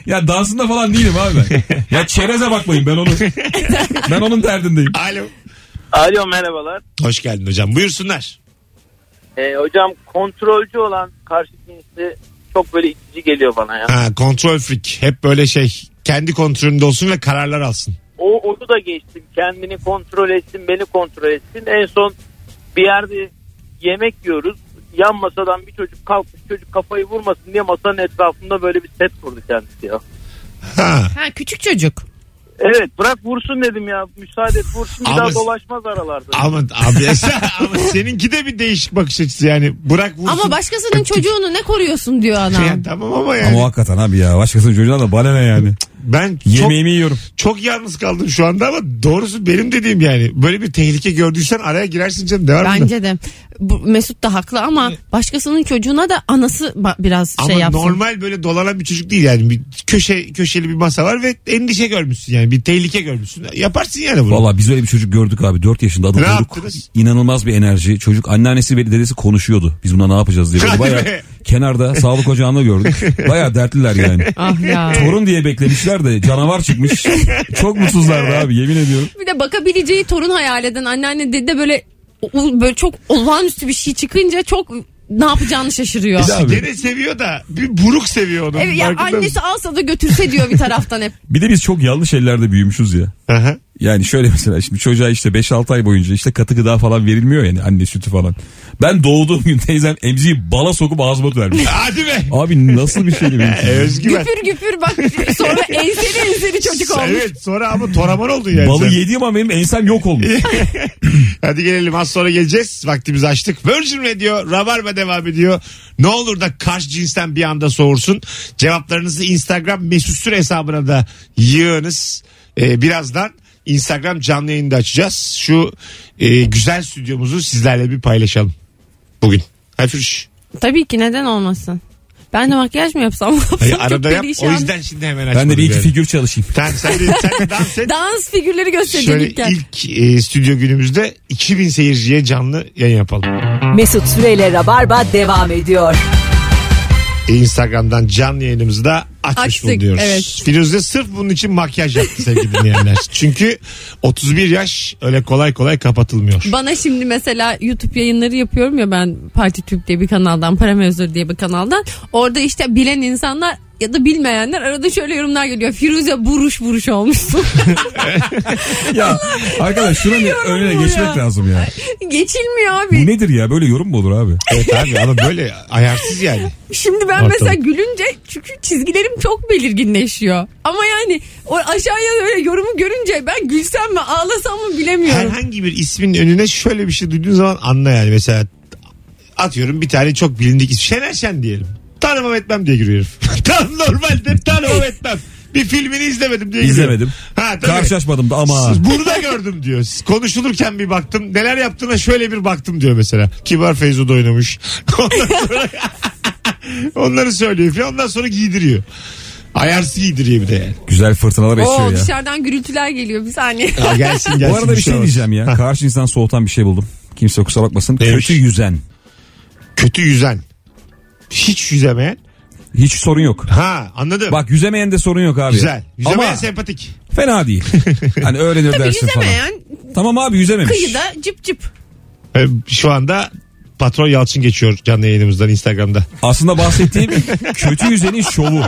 S4: ya dansında falan değilim abi ben. Ya çereze bakmayın ben onu. ben onun derdindeyim.
S2: Alo.
S6: Alo merhabalar.
S2: Hoş geldin hocam. Buyursunlar.
S6: Ee, hocam kontrolcü olan karşı cinsi çok böyle itici geliyor bana ya.
S2: Ha, kontrol freak. Hep böyle şey kendi kontrolünde olsun ve kararlar alsın.
S6: O onu da geçtim. Kendini kontrol etsin, beni kontrol etsin. En son bir yerde yemek yiyoruz. Yan masadan bir çocuk kalkmış çocuk kafayı vurmasın diye masanın etrafında böyle bir set kurdu kendisi ya.
S2: Ha.
S3: Ha küçük çocuk.
S6: Evet bırak vursun dedim ya. Müsaade et vursun bir
S2: Ama-
S6: daha dolaşmaz aralarda.
S2: Ama abi ama seninki de bir değişik bakış açısı yani. Bırak vursun.
S3: Ama başkasının çocuğunu ne koruyorsun diyor
S2: Ya,
S3: adam.
S2: tamam ama yani.
S4: Ama o hakikaten abi ya başkasının çocuğuna da bana ne yani.
S2: ben çok,
S4: Yemeğimi yiyorum.
S2: çok yalnız kaldım şu anda ama doğrusu benim dediğim yani. Böyle bir tehlike gördüysen araya girersin canım. Ne var bunda?
S3: Bence de. Bu, Mesut da haklı ama başkasının çocuğuna da anası ba- biraz
S2: Ama
S3: şey yapsın.
S2: normal böyle dolanan bir çocuk değil yani. Bir köşe köşeli bir masa var ve endişe görmüşsün yani. Bir tehlike görmüşsün. Yaparsın yani bunu.
S4: Valla biz öyle bir çocuk gördük abi 4 yaşında adı
S2: Ne
S4: Doruk.
S2: yaptınız?
S4: İnanılmaz bir enerji. Çocuk anneannesi ve dedesi konuşuyordu. Biz buna ne yapacağız diye. Böyle
S2: Hadi
S4: bayağı
S2: be.
S4: kenarda sağlık ocağında gördük. Baya dertliler yani.
S3: Ah ya.
S4: Torun diye beklemişler de canavar çıkmış. Çok mutsuzlardı abi yemin ediyorum.
S3: Bir de bakabileceği torun hayal eden anneanne dedi de böyle o- böyle çok olağanüstü bir şey çıkınca çok ne yapacağını şaşırıyor.
S4: Bir de- Abi.
S2: Gene seviyor da bir buruk seviyor onu.
S3: Evet ya
S2: Farkında
S3: annesi
S2: mısın?
S3: alsa da götürse diyor bir taraftan hep.
S4: Bir de biz çok yanlış ellerde büyümüşüz ya.
S2: Aha.
S4: Yani şöyle mesela şimdi çocuğa işte 5-6 ay boyunca işte katı gıda falan verilmiyor yani anne sütü falan. Ben doğduğum gün teyzem emziği bala sokup ağzıma vermiş.
S2: Hadi be.
S4: Abi nasıl bir şeydi benimki?
S2: Ee, Özgüven.
S3: Güpür güpür bak sonra enseli enseli çocuk olmuş.
S2: Evet sonra ama toraman oldun yani.
S4: Balı
S2: sen.
S4: yediğim an benim ensem yok olmuş.
S2: Hadi gelelim az sonra geleceğiz. Vaktimizi açtık. Virgin Radio Rabarba devam ediyor. Ne olur da karşı cinsten bir anda soğursun. Cevaplarınızı Instagram mesut süre hesabına da yığınız. Ee, birazdan Instagram canlı yayında açacağız. Şu e, güzel stüdyomuzu sizlerle bir paylaşalım. Bugün. Hayfırış.
S3: Tabii ki neden olmasın. Ben de makyaj mı yapsam?
S2: Hayır,
S3: Çok
S2: arada yap.
S3: perişan.
S2: O yüzden şimdi hemen açmadım.
S4: Ben de bir iki
S2: yani.
S4: figür çalışayım.
S2: Sen, sen, de, sen de dans et.
S3: Dans figürleri
S2: Şöyle
S3: gösterecek ilk...
S2: ilk e, stüdyo günümüzde 2000 seyirciye canlı yayın yapalım.
S1: Mesut Süreyle Rabarba devam ediyor.
S2: Instagram'dan canlı yayınımızı da açmış
S3: Açtık,
S2: bulunuyoruz.
S3: evet.
S2: Firuze sırf bunun için makyaj yaptı sevgili dinleyenler. Çünkü 31 yaş öyle kolay kolay kapatılmıyor.
S3: Bana şimdi mesela YouTube yayınları yapıyorum ya ben Parti Türk diye bir kanaldan, Para Mevzu diye bir kanaldan. Orada işte bilen insanlar ya da bilmeyenler arada şöyle yorumlar geliyor. Firuze buruş buruş olmuşsun.
S4: ya arkadaş şuranın önüne
S3: bu
S4: geçmek
S3: ya.
S4: lazım ya.
S3: Geçilmiyor
S4: Bu
S3: abi.
S4: nedir ya? Böyle yorum mu olur abi?
S2: Evet abi ama böyle ayarsız yani.
S3: Şimdi ben
S2: Ortalık.
S3: mesela gülünce çünkü çizgilerim çok belirginleşiyor. Ama yani o aşağıya öyle yorumu görünce ben gülsem mi ağlasam mı bilemiyorum.
S2: Herhangi bir ismin önüne şöyle bir şey duyduğun zaman anla yani. Mesela atıyorum bir tane çok bilindik isim. Şener Şen diyelim. Tanımam etmem diye giriyor herif. Tam normalde tanımam etmem. Bir filmini izlemedim diye giriyor.
S4: İzlemedim.
S2: Ha, tabii.
S4: Karşılaşmadım da ama.
S2: Burada gördüm diyor. Konuşulurken bir baktım. Neler yaptığına şöyle bir baktım diyor mesela. Kibar Feyzo'da oynamış. Ondan sonra onları söylüyor falan. Ondan sonra giydiriyor. Ayarsız giydiriyor bir de yani.
S4: Güzel fırtınalar
S3: Oo,
S2: şey
S4: esiyor ya.
S3: dışarıdan gürültüler geliyor bir saniye.
S2: Ya gelsin gelsin.
S4: Bu arada bir şey
S2: olmaz.
S4: diyeceğim ya.
S2: Ha,
S4: Karşı insan soğutan bir şey buldum. Kimse kusura bakmasın.
S2: Neymiş?
S4: Kötü yüzen.
S2: kötü yüzen. Hiç yüzemeyen.
S4: Hiç sorun yok.
S2: Ha anladım.
S4: Bak yüzemeyen de sorun yok abi.
S2: Güzel. Yüzemeyen
S4: Ama
S2: sempatik.
S4: fena değil. Hani öğrenir
S3: Tabii
S4: dersin falan.
S3: yüzemeyen
S4: Tamam abi yüzememiş.
S3: kıyıda cıp cıp.
S2: Ee, Şu anda patron Yalçın geçiyor canlı yayınımızdan Instagram'da.
S4: Aslında bahsettiğim kötü yüzenin şovu.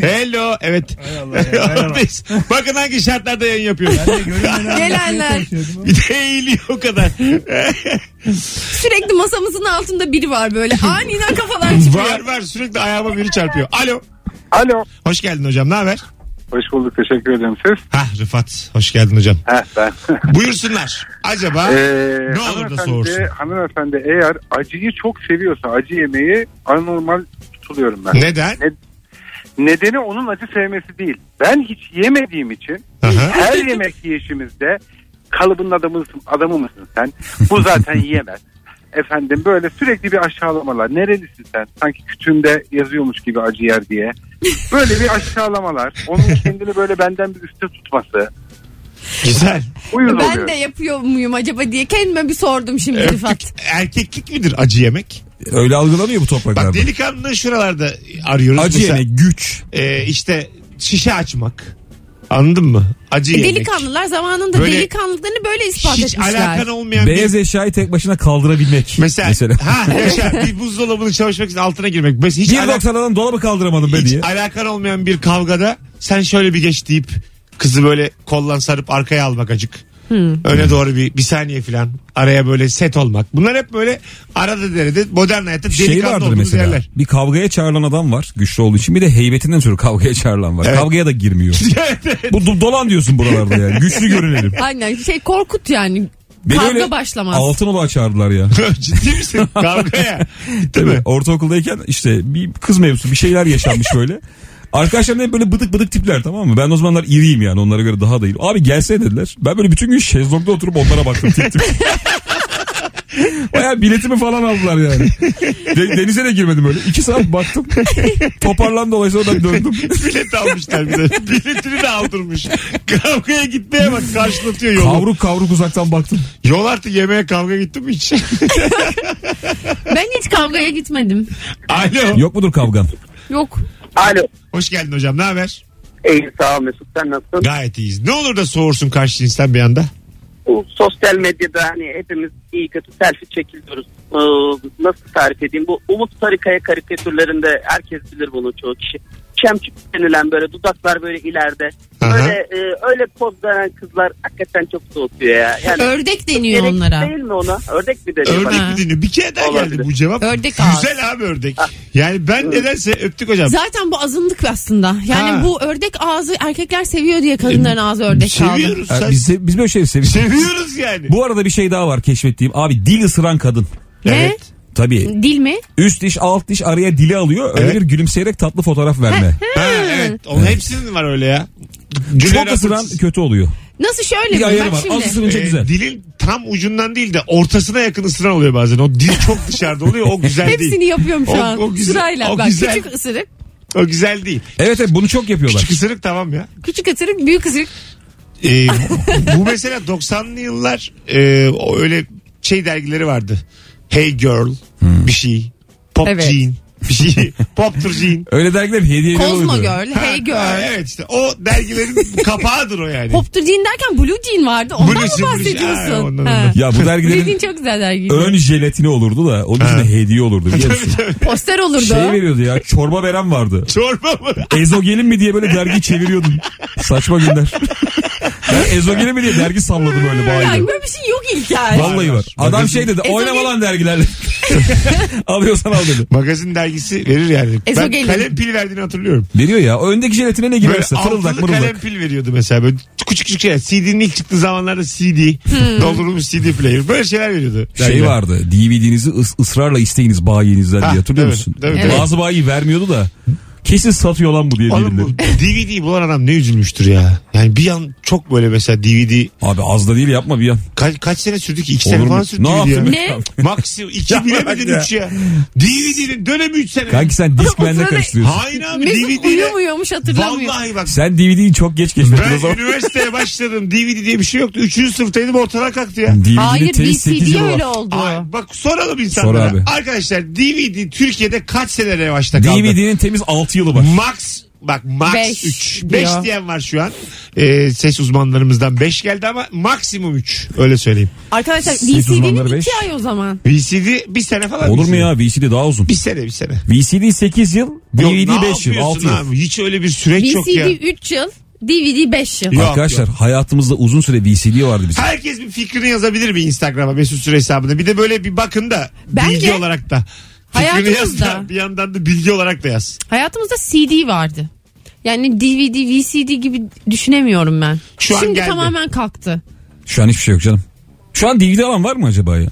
S2: Hello. Evet. Biz- Bakın hangi şartlarda yayın yapıyoruz.
S3: Gelenler
S2: bir de eğiliyor o kadar.
S3: sürekli masamızın altında biri var böyle aniden kafalar
S2: var
S3: çıkıyor.
S2: var sürekli ayağıma biri çarpıyor. Alo.
S5: Alo.
S2: Hoş geldin hocam ne haber?
S5: Hoş bulduk teşekkür ederim siz.
S2: Hah Rıfat hoş geldin hocam.
S5: Heh ben.
S2: Buyursunlar. Acaba
S5: Ee,
S2: ne olur da
S5: hanımefendi-
S2: soğursun.
S5: Hanımefendi eğer acıyı çok seviyorsa acı yemeği anormal tutuluyorum ben.
S2: Neden?
S5: Nedeni onun acı sevmesi değil. Ben hiç yemediğim için
S2: Aha.
S5: her yemek yiyişimizde kalıbın adamı, mısın- adamı mısın sen? Bu zaten yiyemez. Efendim böyle sürekli bir aşağılamalar. Nerelisin sen? Sanki kütüğünde yazıyormuş gibi acı yer diye. Böyle bir aşağılamalar. Onun kendini böyle benden bir üste tutması.
S2: Güzel.
S5: Uyuz
S3: Ben
S5: oluyor.
S3: de yapıyor muyum acaba diye kendime bir sordum şimdi Rıfat.
S2: Erkek- erkeklik midir acı yemek?
S4: Öyle algılanıyor bu topraklarda.
S2: Bak delikanlı şuralarda arıyoruz.
S4: Acı
S2: Mesela,
S4: yemek, güç.
S2: e, işte şişe açmak. Anladın mı?
S3: E,
S2: Acı yemek.
S3: Delikanlılar zamanında
S2: Böyle-
S3: delikanlıklarını böyle ispat
S2: Hiç
S3: etmişler.
S2: alakan olmayan bir
S4: Beyaz eşyayı tek başına kaldırabilmek.
S2: Mesela,
S4: Mesela.
S2: ha yaşa, bir buzdolabını çalışmak için altına girmek. Mesela hiç, alak-
S4: 1.90'dan dolabı kaldıramadım be
S2: hiç
S4: diye.
S2: alakan olmayan bir kavgada sen şöyle bir geç deyip kızı böyle kollan sarıp arkaya almak acık.
S4: Hmm.
S2: Öne doğru bir, bir saniye falan araya böyle set olmak. Bunlar hep böyle arada derede modern hayatta
S4: Şey
S2: delikanlı
S4: vardır
S2: olduğumuz
S4: mesela.
S2: yerler.
S4: Bir kavgaya çağrılan adam var. Güçlü olduğu için. Bir de heybetinden ötürü kavgaya çağrılan var.
S2: Evet.
S4: Kavgaya da girmiyor. bu do- dolan diyorsun buralarda yani. Güçlü görünelim.
S3: Aynen şey korkut yani.
S4: Beni
S3: Kavga
S4: öyle
S3: başlamaz.
S4: Altın olağa çağırdılar ya.
S2: Ciddi misin? Kavgaya. Değil mi?
S4: Tabii. Ortaokuldayken işte bir kız mevzusu bir şeyler yaşanmış böyle. Arkadaşlarım hep böyle bıdık bıdık tipler tamam mı? Ben o zamanlar iriyim yani onlara göre daha da iyiyim. Abi gelsene dediler. Ben böyle bütün gün şezlongda oturup onlara baktım tip tip. Baya biletimi falan aldılar yani. De- denize de girmedim öyle. İki saat baktım. Toparlandı dolayısıyla oradan döndüm.
S2: Bilet almışlar bize. Biletini de aldırmış. Kavgaya gitmeye bak karşılatıyor yolu.
S4: Kavruk kavruk uzaktan baktım.
S2: Yol artı yemeğe kavga gittin mi hiç?
S3: Ben hiç kavgaya gitmedim.
S2: Alo.
S4: Yok mudur kavgan?
S3: Yok.
S8: Alo.
S2: Hoş geldin hocam ne haber?
S8: İyi sağ ol Mesut sen nasılsın?
S2: Gayet iyiyiz. Ne olur da soğursun karşı cinsten bir anda.
S8: Bu sosyal medyada hani hepimiz iyi kötü selfie çekiliyoruz. Ee, nasıl tarif edeyim? Bu Umut Sarıkaya karikatürlerinde herkes bilir bunu çoğu kişi. Çemçük denilen böyle dudaklar böyle ileride.
S2: Aha.
S8: Öyle e, öyle poz veren kızlar hakikaten çok soğutuyor ya. Yani
S3: Ördek deniyor
S8: gerek
S3: onlara.
S8: değil mi ona? Ördek mi deniyor?
S2: Ördek
S8: bana?
S2: mi dinliyor? Bir kere daha geldi
S8: Olabilir.
S2: bu cevap.
S3: Ördek ağzı.
S2: Güzel abi ördek. Yani ben nedense öptük hocam.
S3: Zaten bu azınlık aslında. Yani
S2: Ha. E,
S3: bu ördek ağzı erkekler seviyor diye kadınların ağzı ördek ağzı.
S2: Seviyoruz.
S4: Ha,
S2: sen-
S4: Biz, biz böyle şey seviyoruz.
S2: Seviyoruz yani.
S4: Bu arada bir şey daha var keşfettiğim. Abi dil ısıran kadın.
S3: Ne?
S2: Evet.
S4: Tabii.
S3: Dil mi?
S4: Üst diş alt diş araya dili alıyor. Öyle
S2: Evet.
S4: bir gülümseyerek tatlı fotoğraf verme.
S2: Ha, evet. Onun hepsinin var öyle ya. Güler
S4: Çok ısıran
S2: Atatürk-
S4: kötü oluyor.
S3: Nasıl şöyle
S4: Bir
S3: mi? Bak
S4: ayarı var. Az
S3: şimdi.
S4: ısırınca
S2: Ee,
S4: güzel.
S2: dilin tam ucundan değil de ortasına yakın ısıran oluyor bazen. O dil çok dışarıda oluyor. O güzel değil.
S3: Hepsini yapıyorum şu
S2: O-
S3: an.
S2: o güzel-
S3: Sırayla.
S2: o
S3: Bak
S2: güzel.
S3: küçük ısırık,
S2: O güzel değil.
S4: Evet evet bunu çok yapıyorlar.
S2: Küçük ısırık tamam ya.
S3: küçük ısırık, büyük ısırık.
S2: Ee, bu- bu mesela 90'lı yıllar e,
S4: Hmm.
S2: o öyle şey dergileri vardı. Hey Girl bir şey. Pop
S3: Evet.
S2: Jean. bir şey. Pop Turcin.
S4: Öyle dergiler hediye
S3: Kozmo Girl, Hey
S2: Ha,
S3: Girl.
S2: evet işte o dergilerin kapağıdır o yani.
S3: Poptur Jean derken Blue Jean vardı. Ondan
S2: Blue
S3: mı
S2: Jean, Blue Jean. Ha,
S3: bahsediyorsun?
S2: ondan,
S3: Ha.
S2: ondan.
S4: Ya bu
S3: Blue Jean
S4: dergilerin
S3: çok güzel dergi.
S4: ön jelatini olurdu da onun içinde hediye olurdu biliyor musun?
S3: Poster olurdu.
S4: şey veriyordu ya çorba veren vardı.
S2: Çorba mı?
S4: Ezogelin mi diye böyle dergi çeviriyordum. Saçma günler. Ben ezogelin mi diye dergi salladım böyle
S3: yani
S4: bağırıyor.
S3: böyle bir şey yok İlker.
S4: Vallahi var. Adam şey dedi oynama lan dergilerle. Alıyorsan al dedi.
S2: Magazin dergisi verir yani.
S3: Ezogelin.
S2: Ben kalem pil verdiğini hatırlıyorum.
S4: Veriyor ya o öndeki jelatine ne
S2: Böyle
S4: girerse fırıldak
S2: altılı kalem
S4: mırıldak.
S2: pil veriyordu mesela. Böyle küçük küçük şeyler. CD'nin ilk çıktığı zamanlarda CD.
S3: Hmm.
S2: Doldurulmuş CD player. Böyle şeyler veriyordu.
S4: Şey
S2: dergiler.
S4: vardı DVD'nizi ıs- ısrarla isteyiniz bayinizden
S2: Ha,
S4: diye hatırlıyor
S2: evet,
S4: musun?
S2: evet, evet.
S4: Bazı bayi vermiyordu da kesin satıyor lan bu diye
S2: Oğlum bu
S4: diyebilirim.
S2: DVD'yi bulan adam ne üzülmüştür ya. Yani bir an çok böyle mesela DVD
S4: Abi az da değil yapma bir an.
S2: kaç, kaç sene sürdü ki? 2
S4: Olur
S2: sene
S4: mu?
S2: falan sürdü
S4: Ne
S2: DVD ya.
S4: yaptın?
S3: Ne?
S2: Maksimum 2 bilemedin
S4: ya.
S2: 3 ya. DVD'nin dönemi 3 sene.
S4: Kanki sen diskmenle
S3: sırada-
S4: karıştırıyorsun.
S2: Hayır abi
S3: Mesut
S2: DVD'yle.
S3: uyumuyormuş hatırlamıyor.
S2: Vallahi bak
S4: Sen DVD'yi çok geç keşfettin o
S2: Ben
S4: zaman.
S2: üniversiteye başladım. DVD diye bir şey yoktu. Üçüncü sınıftaydım ortadan kalktı ya.
S4: DVD'nin
S3: Hayır
S4: telif 8
S3: VCD
S4: yılı var.
S3: öyle oldu.
S2: Ay, bak soralım insanlara.
S4: Hmm. Sor abi.
S2: Arkadaşlar DVD Türkiye'de kaç sene revaçta kaldı?
S4: DVD'nin temiz 6 yılı var.
S2: Max bak max
S3: Beş
S2: 3.
S3: diyor.
S2: 5 diyen var şu an. Ee, ses uzmanlarımızdan 5 geldi ama maksimum 3. Öyle söyleyeyim.
S3: Arkadaşlar
S4: Sekiz uzmanları
S3: VCD'nin
S4: beş.
S3: iki ay o zaman.
S2: VCD bir sene falan.
S4: Olur
S2: VCD.
S4: mu ya VCD daha uzun.
S2: Bir sene bir sene.
S4: VCD 8 yıl,
S2: Yok,
S4: DVD
S2: ne
S4: 5 yıl, 6
S2: yapıyorsun
S4: yıl.
S2: abi? Hiç öyle bir süreç yok ya.
S3: VCD 3 yıl, DVD 5 yıl.
S2: Yok,
S4: Arkadaşlar hayatımızda uzun süre VCD vardı bizim.
S2: Herkes bir fikrini yazabilir mi Instagram'a Mesut Süre hesabına? Bir de böyle bir bakın da
S3: Bence
S2: bilgi olarak da. Fikrini yaz da
S3: hayatımızda-
S2: bir yandan da bilgi olarak da yaz.
S3: Hayatımızda CD vardı. Yani DVD, VCD gibi düşünemiyorum ben.
S2: Şu an
S3: Şimdi
S2: geldi.
S3: tamamen kalktı.
S4: Şu an hiçbir şey yok canım. Şu an DVD alan var mı acaba ya?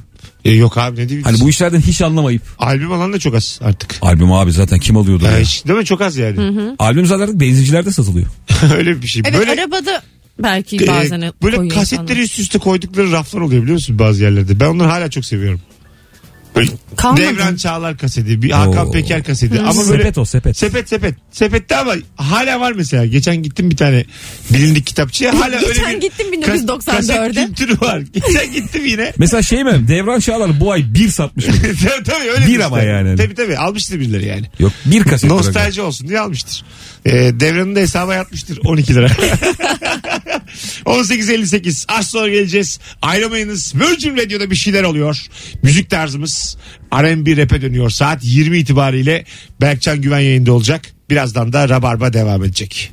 S2: E, yok abi ne diyeyim.
S4: Hani bu işlerden hiç anlamayıp.
S2: Albüm alan da çok az artık.
S4: Albüm abi zaten kim alıyordu
S2: Ya
S4: ya?
S2: hiç- değil mi? Çok az yani.
S4: Albüm zaten benzincilerde satılıyor.
S2: Öyle bir şey.
S3: Evet
S2: böyle
S3: arabada belki
S2: e,
S3: bazen
S2: böyle
S3: koyuyor
S2: kasetleri
S3: insanlar.
S2: üst üste koydukları raflar oluyor biliyor musun bazı yerlerde. Ben onları hala çok seviyorum. Böyle
S3: Kalmadı.
S2: Devran Çağlar kaseti, bir Hakan
S4: Oo.
S2: Peker kaseti. Ama böyle
S4: sepet o sepet.
S2: Sepet sepet. Sepette ama hala var mesela. Geçen gittim bir tane bilindik kitapçıya. Hala
S3: Geçen
S2: öyle bir
S3: gittim
S2: kas-
S3: 1994'e.
S2: Kaset kültürü var. Geçen gittim yine.
S4: Mesela şey mi? Devran Çağlar bu ay bir satmış mı?
S2: tabii tabii öyle şey.
S4: Bir ama yani.
S2: Tabii tabii almıştır birileri yani.
S4: Yok bir kaset. bırakıyor.
S2: Nostalji olsun diye almıştır. Ee, devranın da hesaba yatmıştır 12 lira. 18.58 az sonra geleceğiz. Ayrılmayınız. Virgin Radio'da bir şeyler oluyor. Müzik tarzımız R&B rap'e dönüyor. Saat 20 itibariyle Berkcan Güven yayında olacak. Birazdan da Rabarba devam edecek.